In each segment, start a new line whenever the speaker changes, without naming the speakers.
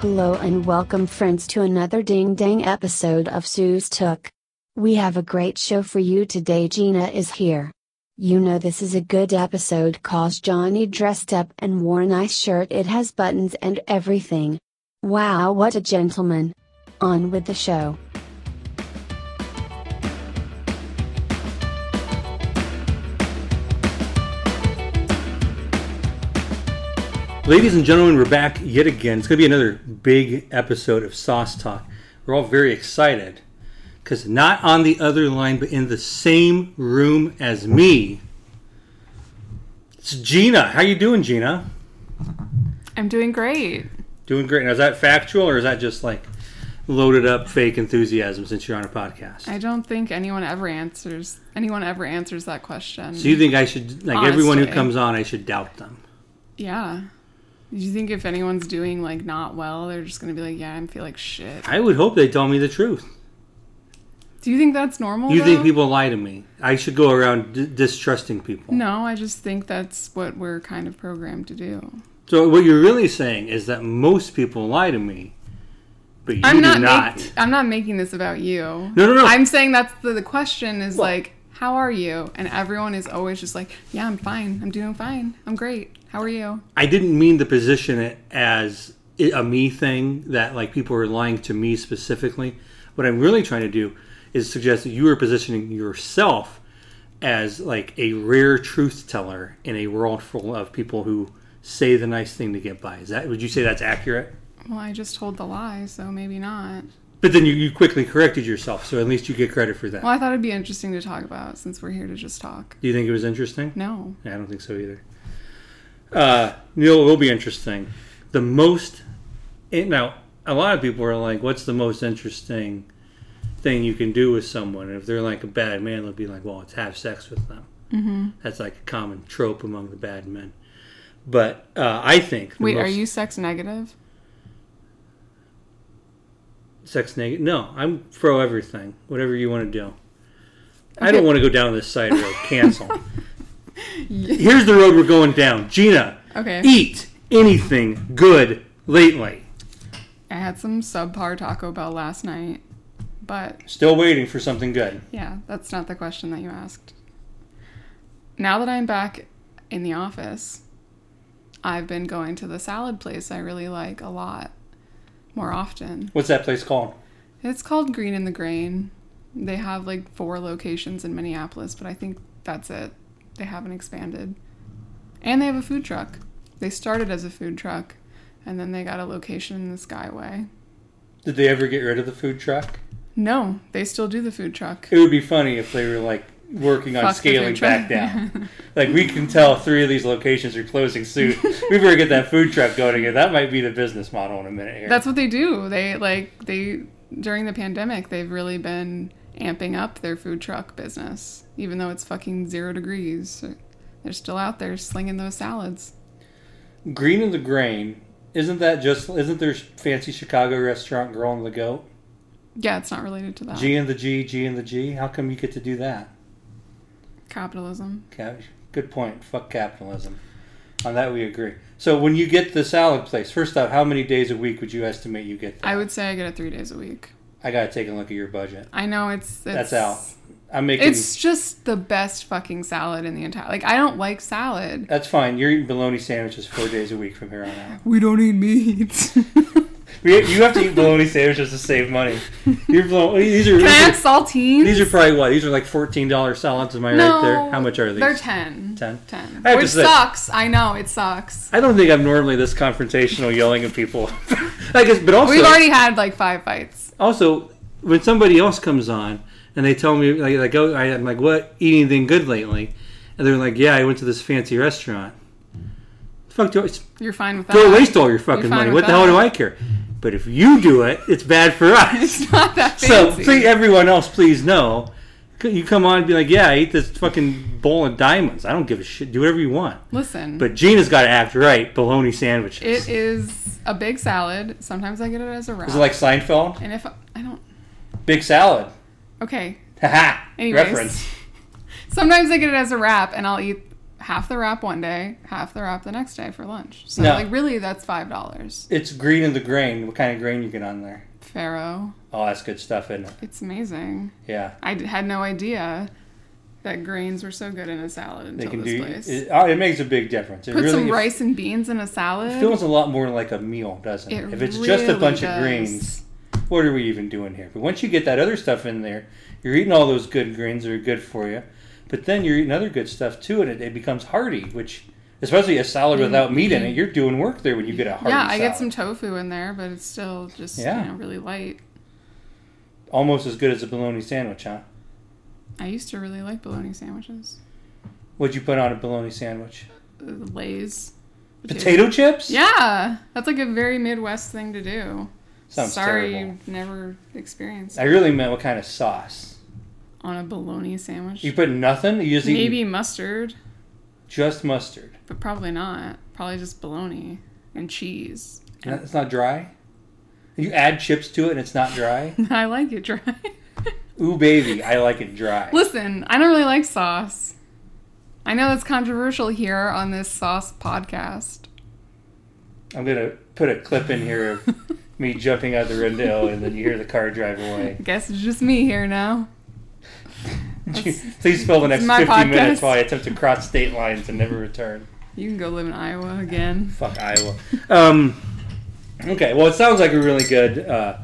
Hello and welcome, friends, to another ding dang episode of Sue's Took. We have a great show for you today. Gina is here. You know, this is a good episode cause Johnny dressed up and wore a nice shirt. It has buttons and everything. Wow, what a gentleman! On with the show.
Ladies and gentlemen, we're back yet again. It's going to be another big episode of Sauce Talk. We're all very excited because not on the other line, but in the same room as me. It's Gina. How you doing, Gina?
I'm doing great.
Doing great. Now, is that factual or is that just like loaded up fake enthusiasm since you're on a podcast?
I don't think anyone ever answers anyone ever answers that question.
so you think I should like everyone who
Honestly.
comes on, I should doubt them?
yeah. Do you think if anyone's doing like not well, they're just gonna be like, yeah, I feel like shit.
I would hope they tell me the truth.
Do you think that's normal?
You think
though?
people lie to me? I should go around d- distrusting people.
No, I just think that's what we're kind of programmed to do.
So what you're really saying is that most people lie to me, but you
I'm
do
not.
not.
mak- I'm not making this about you.
No, no, no.
I'm saying that's the, the question is like, how are you? And everyone is always just like, yeah, I'm fine. I'm doing fine. I'm great. How are you?
I didn't mean to position it as i- a me thing that like people are lying to me specifically. What I'm really trying to do is suggest that you are positioning yourself as like a rare truth teller in a world full of people who say the nice thing to get by. Is that would you say that's accurate?
Well, I just told the lie, so maybe not.
But then you, you quickly corrected yourself, so at least you get credit for that.
Well, I thought it'd be interesting to talk about since we're here to just talk.
Do you think it was interesting?
No.
Yeah, I don't think so either. Uh, you know, it will be interesting. The most it, now, a lot of people are like, "What's the most interesting thing you can do with someone?" And if they're like a bad man, they'll be like, "Well, it's have sex with them." Mm-hmm. That's like a common trope among the bad men. But uh, I think the
Wait, are
most
you sex negative?
sex negative? No, I'm pro everything. Whatever you want to do. I
Okay.
don't want to go down this side road. Cancel. Here's the road we're going down, Gina.
Okay.
eat anything good lately.
I had some subpar Taco Bell last night, but
Still waiting for something good.
yeah, that's not the question that you asked. Now that I'm back in the office, I've been going to the salad place I really like a lot more often.
What's that place called?
It's called Green in the Grain. They have like four locations in Minneapolis, but I think that's it. They haven't expanded. And they have a food truck. They started as a food truck, and then they got a location in the Skyway.
Did they ever get rid of the food truck?
No, they still do the food truck.
It would be funny if they were like working on
Fuck the
scaling
food
back
truck.
down. like we can tell three of these locations are closing soon. we better get that food truck going again. That might be the business model in a minute here.
That's what they do. They like they during the pandemic, they've really been amping up their food truck business, even though it's fucking zero degrees. They're still out there slinging those salads.
Green in the Grain. Isn't that just? Isn't there fancy Chicago restaurant Girl and the Goat?
Yeah, it's not related to that.
G and the G, G and the G. How come you get to do that?
Capitalism.
Cap- Good point. Fuck capitalism. On that we agree. So when you get the salad place, first off, how many days a week would you estimate you get? That?
I would say I get it three days a week.
I gotta take a look at your budget.
I know it's, it's
That's out. I'm making.
It's just the best fucking salad in the entire. Like I don't like salad.
that's fine. You're eating bologna sandwiches four days a week from here on out.
We don't eat meat.
We- You have to eat bologna sandwiches to save money. You're blow- these are
Can I have
these are,
saltines?
these are probably what these are like fourteen dollar salads. Am I
no.
right there? How much are these?
They're ten.
10?
Ten.
I have to
Which
say-
sucks. I know it sucks.
I don't think I'm normally this confrontational, yelling at people. I guess, but also
We've already had like five fights.
also when somebody else comes on and they tell me like, like oh, I, I'm like what eat anything good lately and they're like yeah I went to this fancy restaurant fuck do I
You're fine with that.
go waste all your fucking
fine
money
with
what the hell
that.
do I care but if you do it it's bad for us
It's not that
so
fancy.
please, everyone else please know you come on and be like yeah I ate this fucking bowl of diamonds I don't give a shit do whatever you want
Listen,
but Gina's got to act right bologna sandwiches
it is a big salad. Sometimes I get it as a wrap.
is it like Seinfeld
and if I, I don't,
big salad
okay.
haha
Anyways.
reference
Sometimes I get it as a wrap, and I'll eat half the wrap one day, half the wrap the next day for lunch. So
No.
like really that's five dollars.
It's green in the grain. What kind of grain you get on there?
Faro,
Oh, that's good stuff, isn't it?
it's amazing.
Yeah.
I d- had no idea that grains were so good in a salad
They
until
can
this
do
place.
it, oh, it makes a big difference. It
Put
really
some
it
rice and beans in a salad.
feels a lot more like a meal, doesn't it?
It
if it's just a
really
bunch
does.
of greens, what are we even doing here? But once you get that other stuff in there, you're eating all those good greens that are good for you. But then you're eating other good stuff too, and it, it becomes hearty, which, especially a salad without meat in it, you're doing work there when you get a hearty
Mm-hmm. yeah, I get
salad.
some tofu in there, but it's still just
Yeah.
you know really light.
Almost as good as a bologna sandwich, huh?
I used to really like bologna sandwiches.
What'd you put on a bologna sandwich?
Uh, Lay's.
Potato chips?
Yeah, that's like a very Midwest thing to do.
Sounds
Sorry,
terrible.
you never experienced
I really meant what kind of sauce.
on a bologna sandwich.
You put nothing? You just eat
Maybe mustard,
just mustard.
but probably not. Probably just bologna and cheese.
And It's not dry. You add chips to it and it's not dry.
I like it dry.
Ooh, baby, I like it dry.
Listen, I don't really like sauce. I know it's controversial here on this sauce podcast.
I'm gonna put a clip in here of me jumping out the window and then you hear the car drive away.
Guess it's just me here now.
Please fill the next
my
50 minutes
podcast.
while I attempt to cross state lines and never return.
You can go live in Iowa again.
Fuck Iowa. Um, okay, well, it sounds like a really good uh,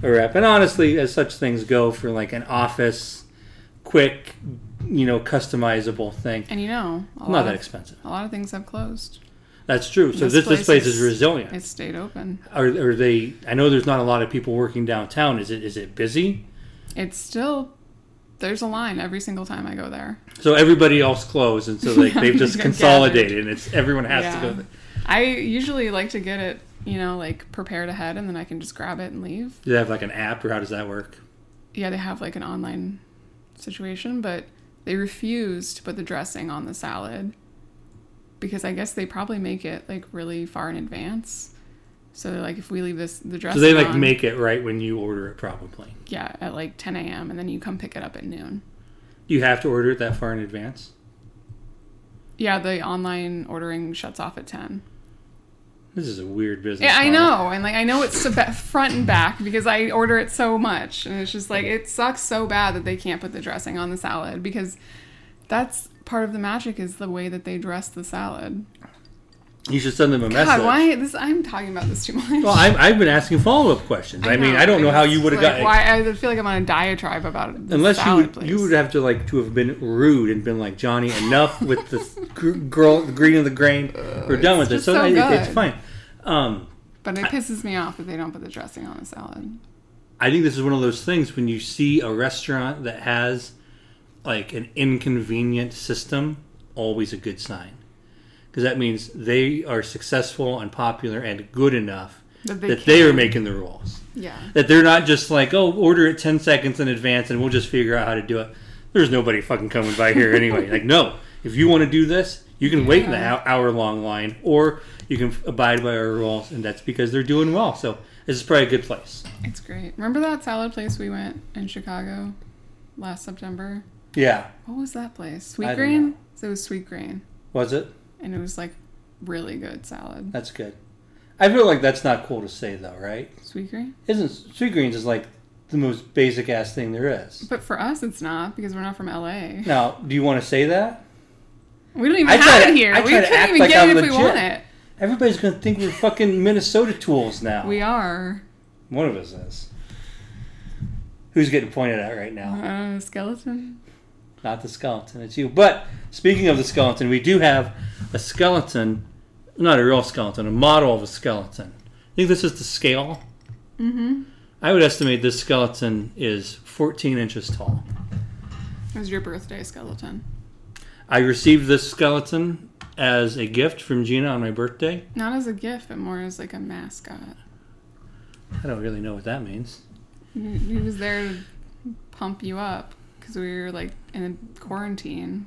rep. And honestly, as such things go, for like an office, quick, you know, customizable thing,
And you know, a
not
lot,
that
of,
expensive.
a lot of things have closed.
That's true. So
This
this this place,
place
is,
is-
resilient.
It stayed open.
are, are they? I know there's not a lot of people working downtown. Is it? Is it busy?
It's still there's a line every single time I go there.
So everybody else closed, and so like
Yeah,
they've
they
just
got
consolidated, and it's everyone has to
Yeah.
go. There.
I usually like to get it, you know, like prepared ahead and then I can just grab it and leave.
Do they have like an app, or how does that work?
Yeah, they have like an online situation, but they refuse to put the dressing on the salad because I guess they probably make it like really far in advance. So they're like if we leave this the
So
dressing
they like
on-
make it right when you order it, probably.
yeah at like 10 a.m and then you come pick it up at noon
You have to order it that far in advance.
yeah the online ordering shuts off at 10
This is a weird business.
yeah i
model.
know and like i know it's so ba- front and back because i order it so much and it's just like it sucks so bad that they can't put the dressing on the salad because that's part of the magic is the way that they dress the salad
You should send them a message.
god why this i'm talking about this too much
Well, I've, I've been asking follow up questions. I, mean, I don't know how you would have
like,
gotten.
why i feel like i'm on a diatribe about it
Unless you
salad
would,
place.
you would have to like to have been rude and been like Johnny, enough with the gr- girl, the green of the grain. We're done with
Uh, it's
it.
just
So,
so
it, it's
good.
fine. Um,
but it pisses me off that they don't put the dressing on the salad
I think this is one of those things when you see a restaurant that has like an inconvenient system, always a good sign. Because that means they are successful and popular and good enough
That they
that they are
can.
making the rules.
yeah
That they're not just like, oh, order it 10 seconds in advance and we'll just figure out how to do it. There's nobody fucking coming by here anyway. like, no, if you want to do this, you can wait in the hour long line or you can abide by our rules. And that's because they're doing well. So this is probably a good place.
It's great. Remember that salad place we went in Chicago last September?
Yeah.
What was that place?
I
Sweet
don't
Green? So it was Sweet Green.
Was it?
And it was like really good salad.
That's good. I feel like that's not cool to say though, right?
Sweet Green?
Isn't sweet greens is like the most basic ass thing there is.
But for us, it's not because we're not from LA.
Now, do you want to say that?
We don't even
I
have
try
it
to-
here.
I
we
try to
couldn't
act
even
like
get
I'm
it if we
legit.
want it.
Everybody's gonna think we're fucking Minnesota tools now.
We are.
One of us is. Who's getting pointed at right now?
Uh, skeleton?
Not the skeleton, it's you. But speaking of the skeleton, we do have a skeleton, not a real skeleton, a model of a skeleton. I think this is the scale.
Mm hmm.
I would estimate this skeleton is 14 inches tall.
It was your birthday skeleton.
I received this skeleton as a gift from Gina on my birthday.
Not as a gift, but more as like a mascot.
I don't really know what that means.
He he was there to pump you up because we were like in quarantine.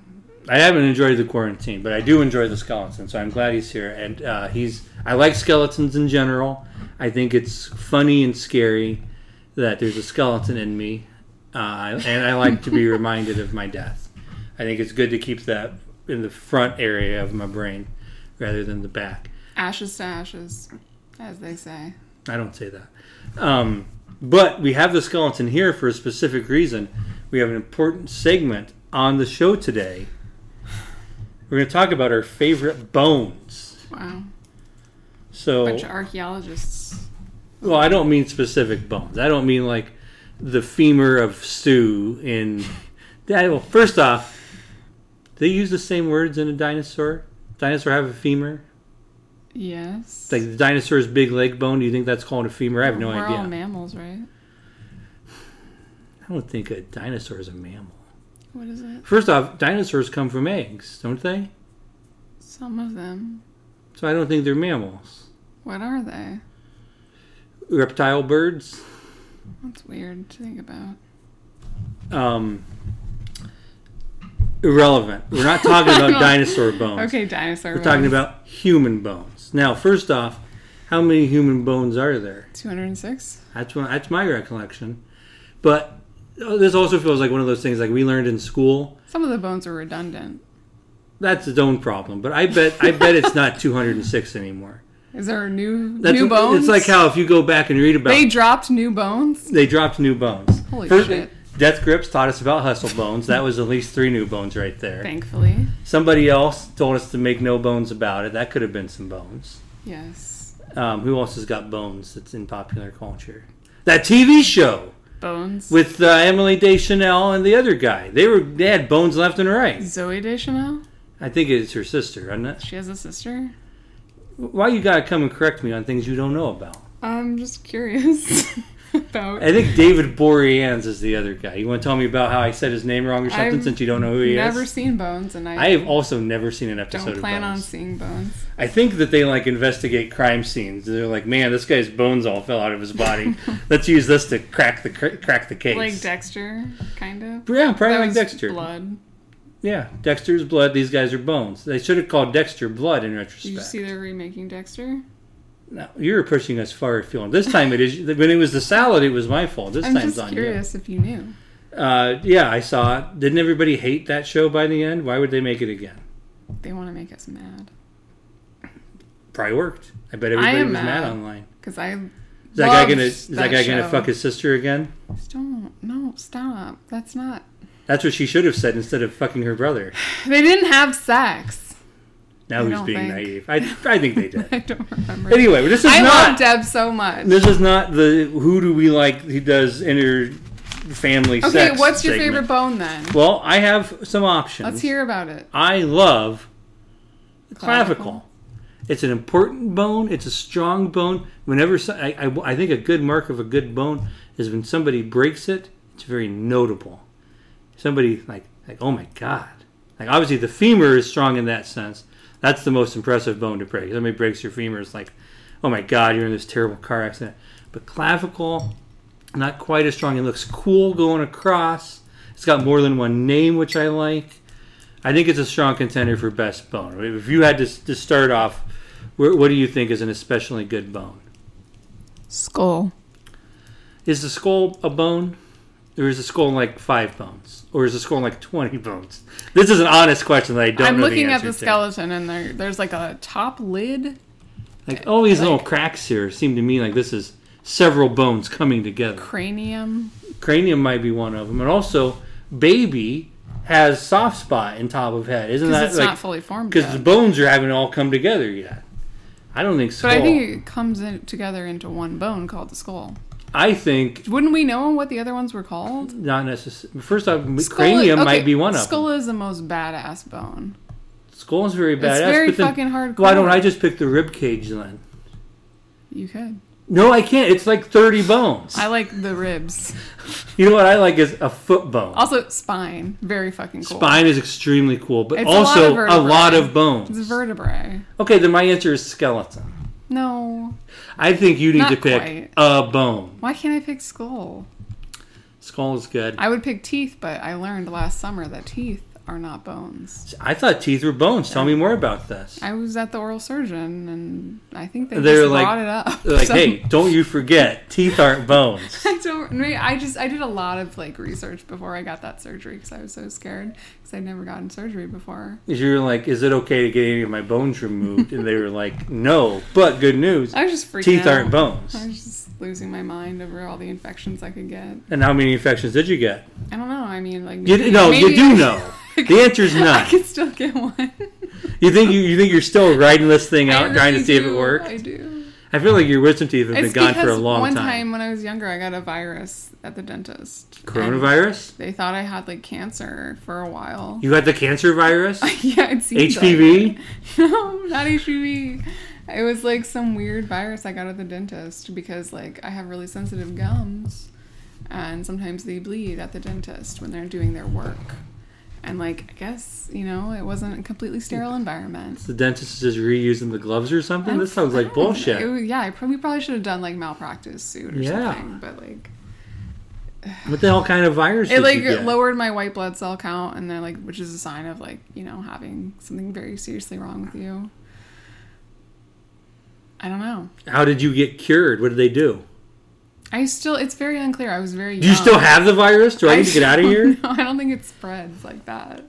I haven't enjoyed the quarantine, but I do enjoy the skeleton, so I'm glad he's here. And uh, he's I like skeletons in general. I think it's funny and scary that there's a skeleton in me, uh, and I like to be reminded of my death. I think it's good to keep that in the front area of my brain rather than the back.
Ashes to ashes, as they say.
I don't say that. Um, but we have the skeleton here for a specific reason. We have an important segment on the show today. We're going to talk about our favorite bones.
Wow.
So,
Bunch of archaeologists.
well, I don't mean specific bones. I don't mean like the femur of stew in. Yeah, Well, first off, do they use the same words in a dinosaur. Dinosaur have a femur.
Yes.
Like the dinosaur's big leg bone. Do you think that's called a femur? I have no
We're
idea.
all mammals, right?
I don't think a dinosaur is a mammal.
What is it?
First off, dinosaurs come from eggs, don't they?
Some of them.
So I don't think they're mammals.
What are they?
Reptile birds.
That's weird to think about.
Um, irrelevant. We're not talking about dinosaur bones.
Okay, dinosaur.
Oh. We're talking about human bones. Now, first off, how many human bones are there?
206.
That's one, that's my recollection. But oh, this also feels like one of those things like we learned in school.
Some of the bones are redundant.
That's its own problem. But I bet I bet it's not 206 anymore.
Is there a new
That's
new
what-
bones?
It's like how if you go back and read about
they dropped new bones.
they dropped new bones.
Holy shit.
Death Grips taught us about hustle bones. That was at least three new bones right there.
Thankfully,
Somebody else told us to make no bones about it. That could have been some bones.
yes.
Um, who else has got bones that's in popular culture? That TV show
Bones.
with uh, Emily Deschanel and the other guy. They were they had bones left and right.
Zoe Deschanel.
I think it's her sister. I'm not.
She has a sister.
Why you gotta come and correct me on things you don't know about?
I'm just curious about.
I think David Boreans is the other guy. You want to tell me about how I said his name wrong or something
I've
since you don't know who he
Never
is?
seen bones, and I,
I have also never seen an episode
don't
of
plan on
Bones.
seeing bones.
I think that they like investigate crime scenes. They're like, man, this guy's bones all fell out of his body. Let's use this to crack the cr- crack the case.
Like Dexter, kind of.
yeah, probably
That
like
was
Dexter.
Blood.
Yeah, Dexter's blood. These guys are bones. They should have called Dexter blood in
Did
retrospect.
you see they're remaking Dexter?
no, you're pushing us far afield. This time it is. When it was the salad, it was my fault. This
I'm
time's
just
on
curious if you knew.
you. Uh, yeah, I saw it. Didn't everybody hate that show by the end? Why would they make it again?
They want to make us mad
Probably worked. I bet everybody
am
was mad.
mad.
online.
because I.
Is that guy
loved
gonna? Is that guy gonna
show.
fuck his sister again?
Just Don't no stop. That's not.
That's what she should have said instead of fucking her brother.
They didn't have sex.
Now
I
who's
don't
being
think.
naive? I, I think they did.
I don't remember.
anyway, this is
I love
not
Deb so much.
this is not the who do we like who does inner family
okay,
sex.
what's your
segment.
favorite bone then?
Well, I have some options.
Let's hear about it.
I love the clavicle.
Clavicle.
It's an important bone. It's a strong bone. Whenever so, I, I, I think a good mark of a good bone is when somebody breaks it. It's very notable. Somebody like like oh my god. Like obviously the femur is strong in that sense. That's the most impressive bone to break. Somebody breaks your femur, it's like oh my god, you're in this terrible car accident. But clavicle, not quite as strong. It looks cool going across. It's got more than one name, which I like. I think it's a strong contender for best bone. If you had to, to start off, where, what do you think is an especially good bone?
Skull.
Is the skull a bone? Or is the skull like five bones? Or is the skull like 20 bones? This is an honest question that I don't
I'm
know
looking
the
at
answer
the
to.
skeleton, and there, there's like a top lid.
Like, all these little
like-
cracks here seem to me like this is several bones coming together.
cranium.
Cranium might be one of them. And also, baby has soft spot in top of head. Isn't
Because
that
it's
like.
not fully formed
Because the
yet.
bones are haven't all come together yet. I don't think skull.
But I think it comes in, together into one bone called the skull.
I think
Wouldn't we know what the other ones were called?
Not necessarily. First off,
Skull
cranium
is- okay,
might be one of
Skull
them.
is the most badass bone.
Skull is very badass.
it's very
but then
fucking hardcore.
Why don't I just pick the rib cage then?
You could.
No, I can't. It's like thirty bones.
I like the ribs.
you know what I like is a foot bone.
Also, spine. Very fucking cool.
Spine is extremely cool, but
It's a lot
also
of
a lot,
vertebrae.
of bones.
It's vertebrae.
okay, then my answer is skeleton.
No.
I think you need
Not
to pick
quite.
a bone.
Why can't I pick skull?
Skull is good.
I would pick teeth, but I learned last summer that teeth are not bones.
I thought teeth were bones. Tell me more about this.
I was at the oral surgeon, and I think they
They're
just
like-
brought it up.
They're like,
So-
hey, don't you forget, teeth aren't bones.
I don't. Maybe I just I did a lot of like research before I got that surgery because I was so scared because I'd never gotten surgery before.
You're like, is it okay to get any of my bones removed? And they were like, no. But good news,
I was just freaking
teeth
out.
aren't bones.
I was just losing my mind over all the infections I could get.
And how many infections did you get?
I don't know. I mean, like
You,
maybe-
no,
maybe
you do
I-
know.
I
The answer is
could- I
none.
could still get one.
You think you, you think you're still riding this thing
I
out, trying to
really
see if it
do,
works?
I
I,
do.
feel like your wisdom teeth have been
It's
gone
because
for a long
one time.
time.
when I was younger, I got a virus at the dentist. and
Coronavirus?
They thought I had like cancer for a while.
You got the cancer virus?
yeah, it seems
HPV?
like it. no, not HPV. It was like some weird virus I got at the dentist because like I have really sensitive gums, and sometimes they bleed at the dentist when they're doing their work. And like I guess you know it wasn't a completely sterile environment.
the dentist is just reusing the gloves or something? This sounds
I
like
don't know.
bullshit.
It was- yeah, I probably probably should have done like malpractice suit or
Yeah.
something, but like
what the hell kind of virus
it
did
like
you get?
lowered my white blood cell count and then like which is a sign of like you know having something very seriously wrong with you i don't know
How did you get cured? What did they do?
i still it's very unclear i was very
Do you
young.
still have the virus? Do I need to get out of
Oh. don't
here?
know. i don't think it spreads like that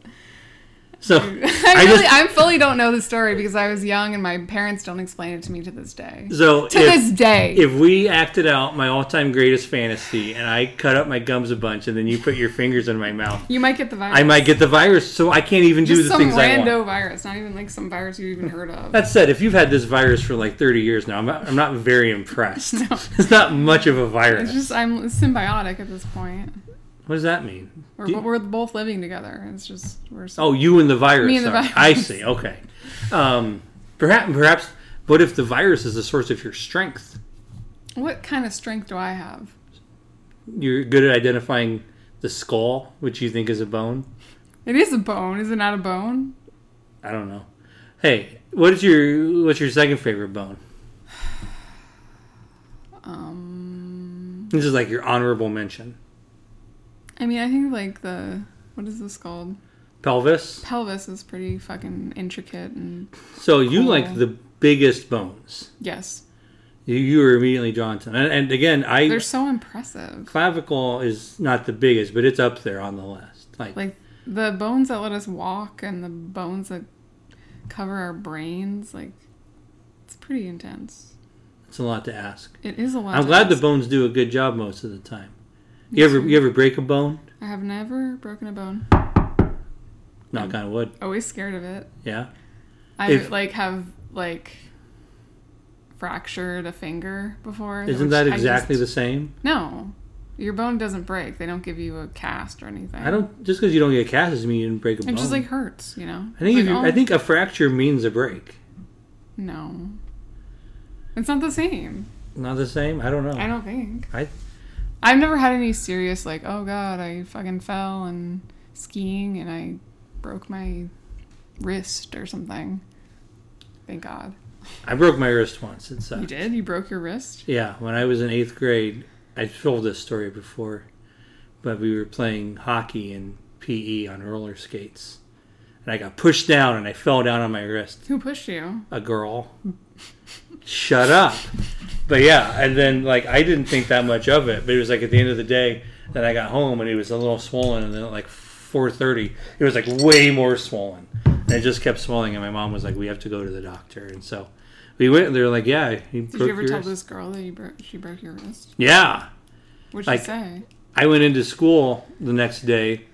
So
i really
I
I
just
fully don't know the story because i was young and my parents don't explain it to me to this day
so
to
if,
this day
if we acted out my all-time greatest fantasy and I cut up my gums a bunch and then you put your fingers in my mouth,
you might get the virus
I might get the virus. So I can't even do
just
the
some
things I want.
rando virus not even like some virus you've even heard of
That said, if you've had this virus for like 30 years now, I'm not, I'm not very impressed. It's not much of a virus.
it's just i'm symbiotic at this point
What does that mean?
We're,
Do you-
we're both living together. It's just we're. So,
oh, you and the virus.
Me and the
sorry.
virus.
I see. Okay. Um, perhaps, perhaps, but if the virus is the source of your strength, Oh.
What kind of strength do I have?
you're good at identifying the skull, which you think is a bone.
It is a bone. Is it not a bone?
I don't know. Hey, what is your what's your second favorite bone?
Um,
This is like your honorable mention.
I mean, I think like the what is this called?
Pelvis.
Pelvis is pretty fucking intricate and
So you
Cool.
like the biggest bones.
yes, You
You, you were immediately drawn to, them. and, and again, I
they're so impressive.
clavicle is not the biggest, but it's up there on the list. Like,
Like the bones that let us walk and the bones that cover our brains. Like it's pretty intense.
it's a lot to ask.
It is a lot.
I'm
to
glad the
ask.
bones do a good job most of the time. You ever you ever break a bone?
I have never broken a bone.
Knock on wood.
Always scared of it.
Yeah.
I
If-
like have like fractured a finger before.
Isn't
which
that
I
exactly
just-
the same?
No, your bone doesn't break. They don't give you a cast or anything.
I don't just because you don't get a cast doesn't mean you didn't break a
It
bone.
just like hurts, you know.
I think
It's
if you,
like,
I
oh,
think a fracture means a break.
no. It's not the same.
Not the same. I don't know.
I don't think.
I-
I've never had any serious like, oh god, I fucking fell and skiing and I broke my wrist or something. Thank God.
I broke my wrist once. It
You
sucked.
did? You broke your wrist?
Yeah, when I was in eighth grade, I told this story before, but we were playing hockey in PE on roller skates, and I got pushed down and I fell down on my wrist.
Who pushed you?
A girl, shut up. But yeah, and then like I didn't think that much of it, but it was like at the end of the day that I got home and it was a little swollen, and then at like 4:30, it was like way more swollen, and it just kept swelling. And my mom was like, "We have to go to the doctor," and so. We went and they were like, yeah. He
Did you ever tell this girl that you bro- she broke your wrist?
Yeah,
What'd
Like-
she say?
I went into school the next day.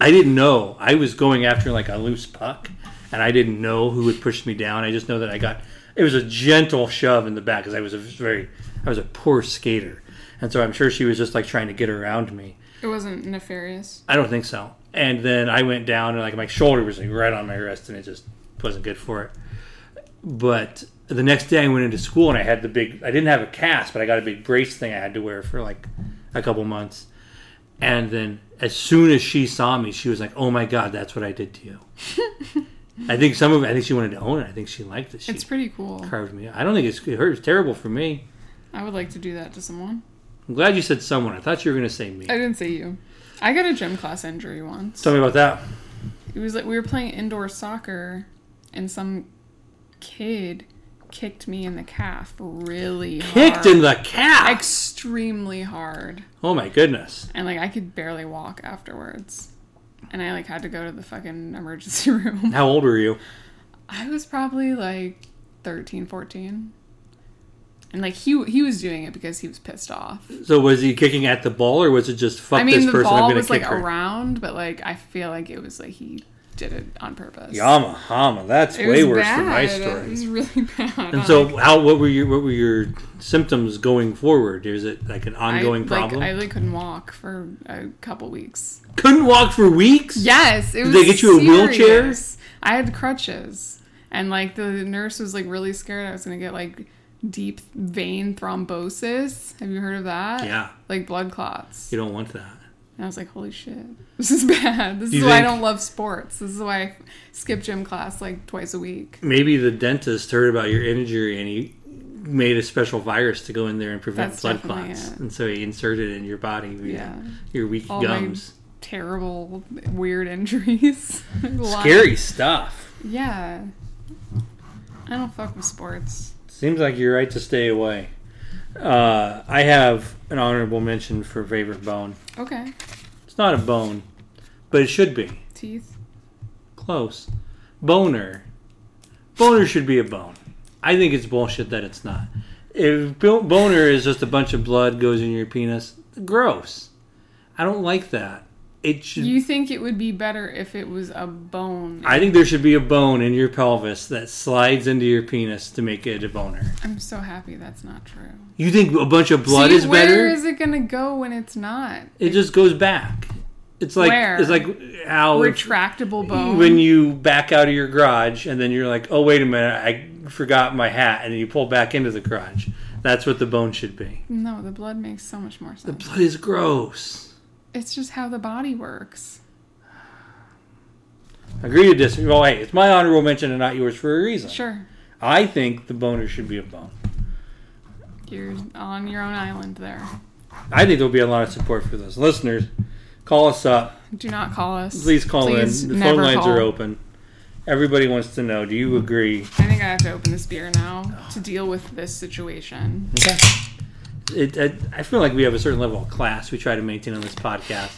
I didn't know. I was going after like a loose puck, and I didn't know who had pushed me down. I just know that I got. It was a gentle shove in the back because I was a very, I was a poor skater, and so I'm sure she was just like trying to get around me.
It wasn't nefarious.
I don't think so. And then I went down, and like my shoulder was like right on my wrist, and it just wasn't good for it. But the next day, I went into school, and I had the big. I didn't have a cast, but I got a big brace thing I had to wear for like a couple months. And then, as soon as she saw me, she was like, "Oh my god, that's what I did to you." I think some of. I think she wanted to own it. I think she liked it. She
It's pretty cool.
carved me. I don't think it's, it hurt. It was terrible for me.
I would like to do that to someone.
I'm glad you said someone. I thought you were going to say me.
I didn't say you. I got a gym class injury once.
Tell me about that.
It was like we were playing indoor soccer, and some kid kicked me in the calf really
Kicked
hard.
in the calf.
extremely hard,
Oh my goodness.
and like I could barely walk afterwards. And I like had to go to the fucking emergency room.
How old were you?
I was probably like 13, 14. And like he he was doing it because he was pissed off.
So was he kicking at the ball, or was it just fuck
I mean,
this
the
person? I'm
ball
gonna
was
kick
like
her.
around, but like I feel like it was like he did it on purpose.
Yama hama. That's
It
way
was
worse than my
bad. It
story.
was really bad.
And so, how? What were your what were your symptoms going forward? Is it like an
I,
ongoing
like,
problem?
I like couldn't walk for a couple weeks.
Couldn't walk for weeks.
Yes, it was.
they get you a wheelchair?
serious. I had crutches, and like the nurse was like really scared I was gonna get like deep vein thrombosis. Have you heard of that?
Yeah.
like blood clots.
You don't want that.
And I was like, holy shit, this is bad. This
You
is why I
think-
don't love sports. This is why I skip gym class like twice a week.
Maybe the dentist heard about your injury and he made a special virus to go in there and prevent
That's
blood
definitely
clots,
it.
and so he inserted it in your body via
Yeah.
your weak
All my
gums.
Terrible, weird injuries. A lot.
Scary stuff.
Yeah. I don't fuck with sports.
Seems like you're right to stay away. Uh, I have an honorable mention for favorite bone.
Okay.
It's not a bone, but it should be
Teeth.
close. Boner. Boner should be a bone. I think it's bullshit that it's not. If bo- boner is just a bunch of blood goes in your penis, gross. I don't like that. It should.
You think it would be better if it was a bone?
I think there should be a bone in your pelvis that slides into your penis to make it a boner.
I'm so happy that's not true.
You think a bunch of blood
See,
is better?
Where is it gonna go when it's not?
it just goes back. It's like
Where?
it's like how Oh, if-
Retractable bone.
when you back out of your garage and then you're like, oh wait a minute, I forgot my hat, and then you pull back into the garage. That's what the bone should be.
no, the blood makes so much more
The
sense.
blood is gross.
It's just how the body works.
Agree to disagree. Well, hey, it's my honorable mention and not yours for a reason.
Sure,
I think the boner should be a bone.
you're on your own island there.
I think there'll be a lot of support for those listeners. Call us up.
Do not call us.
Please call
Please
in. The phone
never
lines
call.
are open. Everybody wants to know. Do you agree?
I think I have to open this beer now to deal with this situation.
Okay. It, it, I feel like we have a certain level of class we try to maintain on this podcast,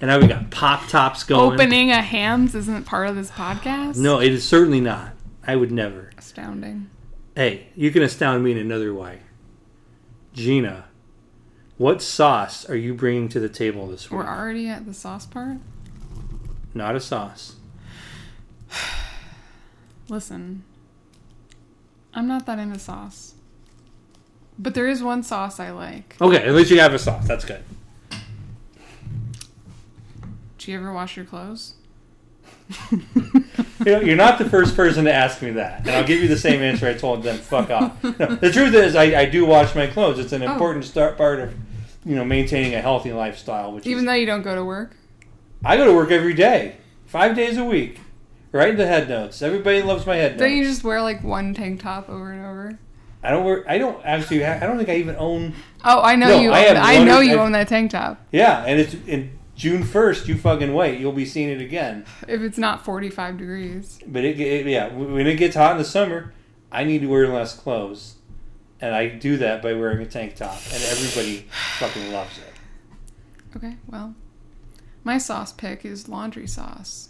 and now we got pop tops going.
Opening a hams isn't part of this podcast.
No, it is certainly not. I would never.
Astounding.
Hey, you can astound me in another way. Gina, what sauce are you bringing to the table this week?
We're already at the sauce part.
Not a sauce.
Listen, I'm not that into sauce. But there is one sauce I like.
Okay, at least you have a sauce. That's good.
Do you ever wash your clothes?
You know, you're not the first person to ask me that, and I'll give you the same answer I told them. Fuck off. No, the truth is, I, I do wash my clothes. It's an
Oh.
important start part of, you know, maintaining a healthy lifestyle. Which
Even
is,
though you don't go to work?
I go to work every day, five days a week, right in the head notes. Everybody loves my head
Don't you
notes.
just wear like one tank top over and over?
I don't work. I don't actually. Ha- I don't think I even own.
Oh, I know
No,
you.
I
own
have
that- I
one-
know you
I-
own that tank top.
Yeah, and it's in June first. You fucking wait. You'll be seeing it again.
If it's not 45 degrees,
But it, it yeah, when it gets hot in the summer, I need to wear less clothes, and I do that by wearing a tank top, and everybody fucking loves it.
okay. Well, my sauce pick is laundry sauce.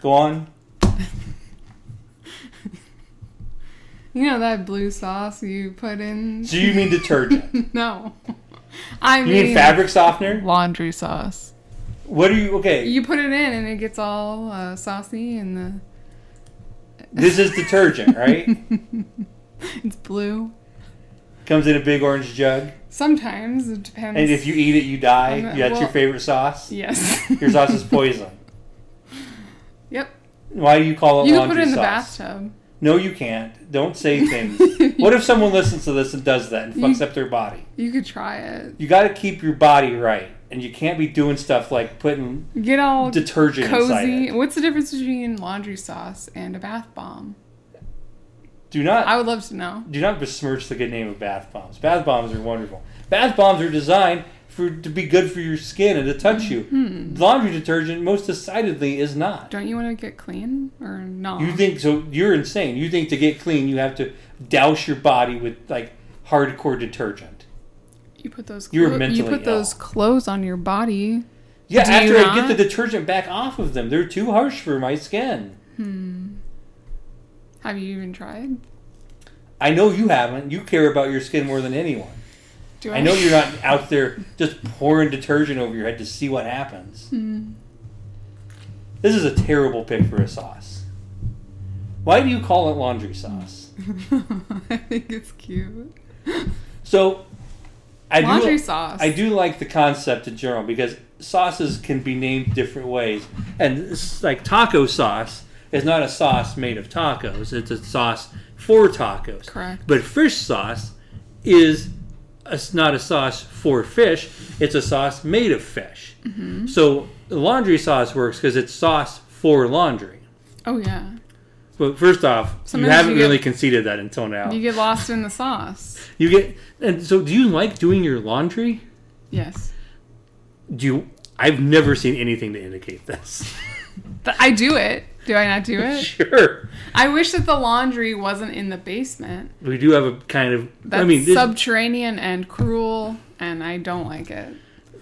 Go on.
You know that blue sauce you put in?
So you mean detergent?
no, I
You mean fabric softener?
laundry sauce.
What are you? Okay,
You put it in and it gets all uh, saucy and the
this is detergent, right?
it's blue.
Comes in a big orange jug,
Sometimes it depends.
and if you eat it, you die. That's
Um,
your
well-
favorite sauce.
yes,
Your sauce is poison.
Yep,
Why do you call it
you can
laundry
put it in the
sauce?
bathtub.
No, you can't. Don't say things. what if someone listens to this and does that and fucks up their body?
You could try it.
you got to keep your body right, and you can't be doing stuff like putting
Get all
detergent inside
cozy.
it.
What's the difference between laundry sauce and a bath bomb?
Do not
I would love to know.
do not besmirch the good name of bath bombs. Bath bombs are wonderful. Bath bombs are designed for to be good for your skin and to touch you.
Hmm.
Laundry detergent, most decidedly, is not.
Don't you want to get clean or not?
You think so? You're insane. You think to get clean, you have to douse your body with like hardcore detergent.
you put those
you're
clo- you
mentally
put those
ill.
clothes on your body.
Yeah,
Do you
after I get
not?
the detergent back off of them, they're too harsh for my skin.
Have you even tried?
I know you haven't. You care about your skin more than anyone.
Do
I know you're not out there just pouring detergent over your head to see what happens.
Hmm.
This is a terrible pick for a sauce. Why do you call it laundry sauce?
I think it's cute.
So, I
Laundry
do,
sauce.
I do like the concept in general because sauces can be named different ways, and it's like taco sauce is not a sauce made of tacos; it's a sauce for tacos.
Correct.
But fish sauce is a, not a sauce for fish; it's a sauce made of fish.
Mm-hmm.
So laundry sauce works because it's sauce for laundry.
Oh yeah.
But first off,
Sometimes
you haven't
you get-
really conceded that until now.
You get lost in the sauce.
you get and so do you like doing your laundry?
Yes.
Do you? I've never seen anything to indicate this.
But I do it. Do I not do it?
sure,
I wish that the laundry wasn't in the basement.
we do have a kind of.
That's
I mean, this,
subterranean and cruel, and I don't like it.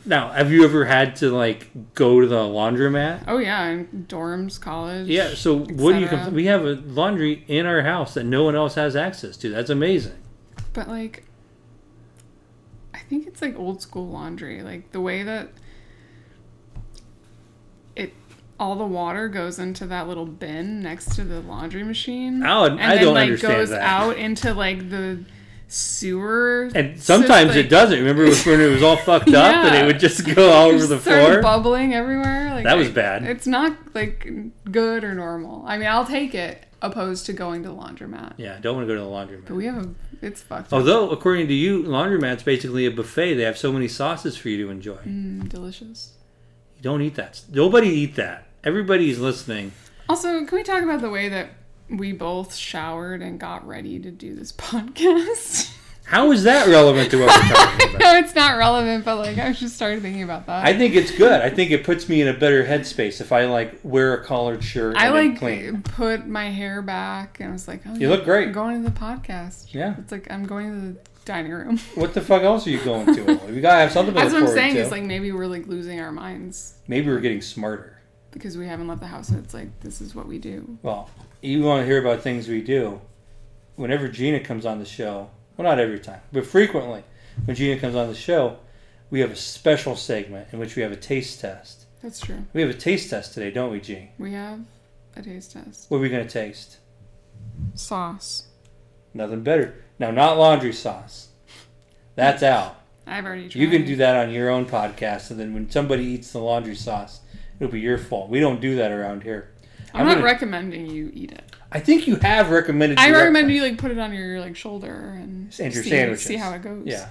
now have you ever had to like go to the laundromat?
Oh yeah, in dorms, college.
Yeah. So what do you?
cetera.
Compl- we have a laundry in our house that no one else has access to. That's amazing.
But like, I think it's like old school laundry. Like the way that it all the water goes into that little bin next to the laundry machine.
Oh, and I don't
like
understand
goes
that.
out into like the sewer.
And sometimes
sys- like,
it doesn't. Remember when it was all fucked up and
Yeah.
it would just go all over
just
the
started
floor?
bubbling everywhere. Like
That was
I-
bad.
It's not like good or normal. I mean, I'll take it opposed to going to the laundromat.
yeah, I don't want to go to the laundromat.
But we have a, it's fucked. up.
Although, according to you, laundromat's basically a buffet. They have so many sauces for you to enjoy.
Mm, delicious.
You don't eat that. Nobody eat that. Everybody's listening.
Also, can we talk about the way that we both showered and got ready to do this podcast?
How is that relevant to what we're talking about?
no, it's not relevant, but like I just started thinking about that.
I think it's good. I think it puts me in a better headspace if I like wear a collared shirt.
I
and am
like
clean.
put my hair back and I was like, oh,
You look great.
I'm going to the podcast.
Yeah.
It's like I'm going to the dining room.
What the fuck else are you going to? Emily? We gotta have something to look
That's what I'm
forward
saying.
to.
Is like maybe we're like losing our minds
Maybe we're getting smarter.
because we haven't left the house. And it's like this is what we do.
Well, you want to hear about things we do. Whenever Gina comes on the show, well, not every time, but frequently, when Gina comes on the show, we have a special segment in which we have a taste test.
That's true.
We have a taste test today, don't we, G?
We have a taste test.
What are we gonna taste?
Sauce.
Nothing better. Now, not laundry sauce. That's out.
I've already tried.
You can do that on your own podcast, and then when somebody eats the laundry sauce, it'll be your fault. We don't do that around here.
I'm,
I'm
not
gonna-
recommending you eat it.
I think you have recommended.
I
you
recommend
that-
you like put it on your like shoulder and,
And your
see,
sandwiches.
see how it goes.
Yeah.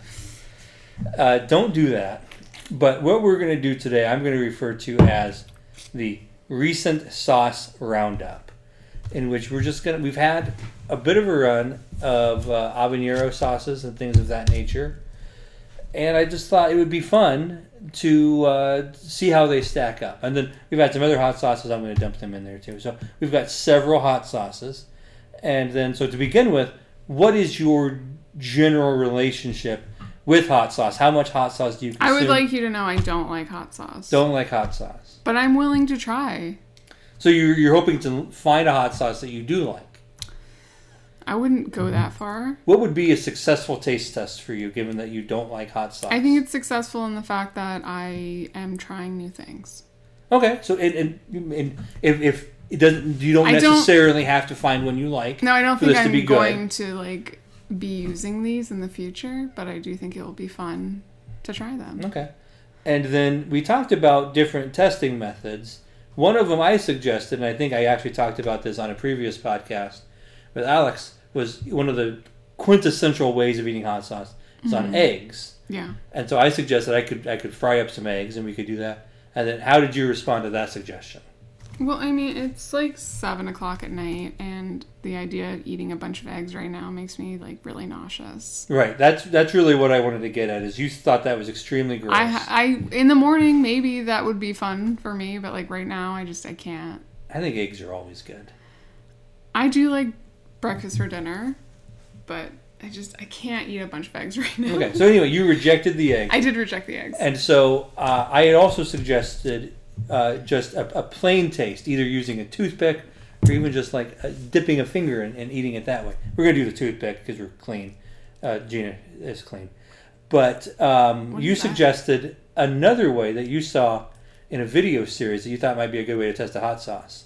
Uh, don't do that. But what we're going to do today, I'm going to refer to as the recent sauce roundup, in which we're just going to, we've had a bit of a run of uh, habanero sauces and things of that nature. And I just thought it would be fun to uh, see how they stack up. And then we've had some other hot sauces. I'm going to dump them in there too. So we've got several hot sauces. And then, so to begin with, what is your general relationship with hot sauce? How much hot sauce do you consume?
I would like you to know I don't like hot sauce.
Don't like hot sauce.
But I'm willing to try.
So you're, you're hoping to find a hot sauce that you do like.
I wouldn't
Mm-hmm.
go that far.
What would be a successful taste test for you, given that you don't like hot sauce?
I think it's successful in the fact that I am trying new things.
okay. So and, and, and if, if it doesn't, you don't
I don't-
necessarily have to find one you like.
No, I don't
For
think
this to
I'm
be good.
going to like be using these in the future, but I do think it will be fun to try them.
Okay. And then we talked about different testing methods. One of them I suggested, and I think I actually talked about this on a previous podcast with Alex, was one of the quintessential ways of eating hot sauce is
Mm-hmm.
on eggs.
Yeah.
And so I suggested I could I could fry up some eggs and we could do that. And then how did you respond to that suggestion?
Well, I mean, it's like seven o'clock at night, and the idea of eating a bunch of eggs right now makes me like really nauseous.
Right. That's that's really what I wanted to get at. Is you thought that was extremely gross.
I, ha- I, in the morning, maybe that would be fun for me, but like right now, I just I can't.
I think eggs are always good.
I do like breakfast for dinner, but I just I can't eat a bunch of eggs right now.
Okay. So anyway, you rejected the egg,
I did reject the eggs.
and so uh, I had also suggested uh, just a, a plain taste, either using a toothpick or even just like uh, dipping a finger and, and eating it that way. We're gonna do the toothpick because we're clean. Uh, Gina is clean, but um,
What
you
is that?
suggested another way that you saw in a video series that you thought might be a good way to test a hot sauce.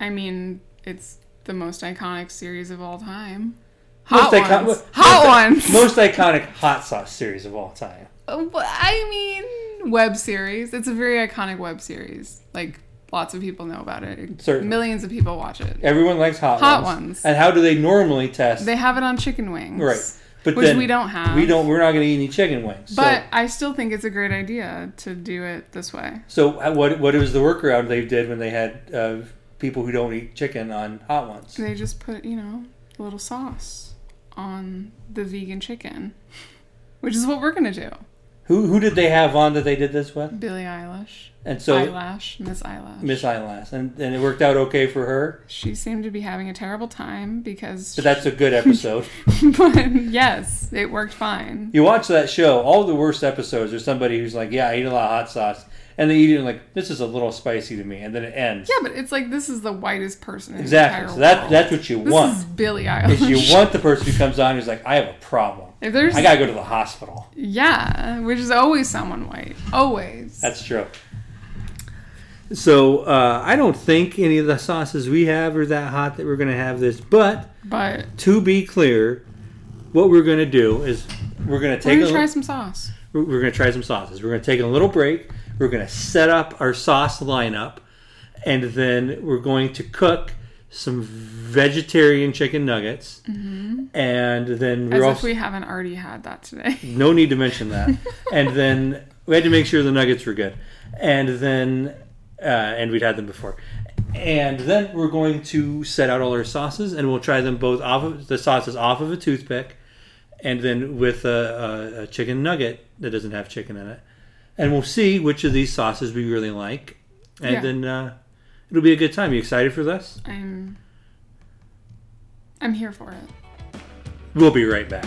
I mean, it's the most iconic series of all time.
Most
Hot
icon-
ones.
most-
Hot ones.
Most iconic hot sauce series of all time.
Uh, wh- I mean, web series. It's a very iconic web series. Like lots of people know about it.
Certainly.
Millions of people watch it.
Everyone likes hot,
Hot
ones.
ones.
And how do they normally test?
They have it on chicken wings.
right. But
which
then
we don't have.
We don't. We're not going to eat any chicken wings.
But I still think it's a great idea to do it this way.
so, so what? What was the workaround they did when they had uh, people who don't eat chicken on hot ones?
They just put, you know, a little sauce on the vegan chicken, which is what we're gonna do.
Who who did they have on that they did this with?
Billie Eilish,
And so
eyelash, Miss Eyelash.
Miss Eyelash, and, and it worked out okay for her.
She seemed to be having a terrible time because.
But that's a good episode.
but yes, it worked fine.
you watch that show. All the worst episodes are somebody who's like, "Yeah, I eat a lot of hot sauce," and they eat it and like, "This is a little spicy to me," and then it ends.
Yeah, but it's like this is the whitest person in
Exactly.
the
So
entire
that
world.
that's what you
this
want.
is Billie
Is
Eilish.
you want the person who comes on who's like, I have a problem.
if there's
I gotta go to the hospital.
yeah, which is always someone white, always.
That's true. So uh, I don't think any of the sauces we have are that hot that we're gonna have this. But
but
to be clear, what we're gonna do is we're gonna
we're
take
gonna
a
try some sauce.
we're we're gonna try some sauces. We're gonna take a little break. We're gonna set up our sauce lineup, and then we're going to cook some vegetarian chicken nuggets, and then we're
Mm-hmm. As
also
if we haven't already had that today.
No need to mention that. and then we had to make sure the nuggets were good. And then, uh, and we'd had them before. And then we're going to set out all our sauces, and we'll try them both off of the sauces off of a toothpick, and then with a, a, a chicken nugget that doesn't have chicken in it, and we'll see which of these sauces we really like, and
Yeah.
then uh, it'll be a good time. You excited for this?
I'm I'm here for it.
We'll be right back.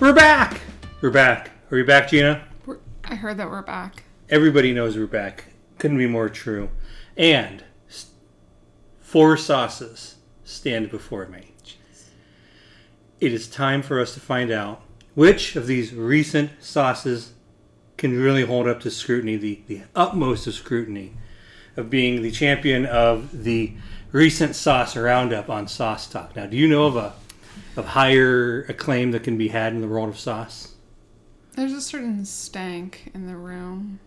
we're back. We're back. Are you back, Gina?
We're, I heard that we're back.
Everybody knows we're back. Couldn't be more true. And s- four sauces stand before me. It is time for us to find out which of these recent sauces can really hold up to scrutiny, the, the utmost of scrutiny, of being the champion of the recent sauce roundup on Sauce Talk. Now, do you know of a of higher acclaim that can be had in the world of sauce?
There's a certain stank in the room.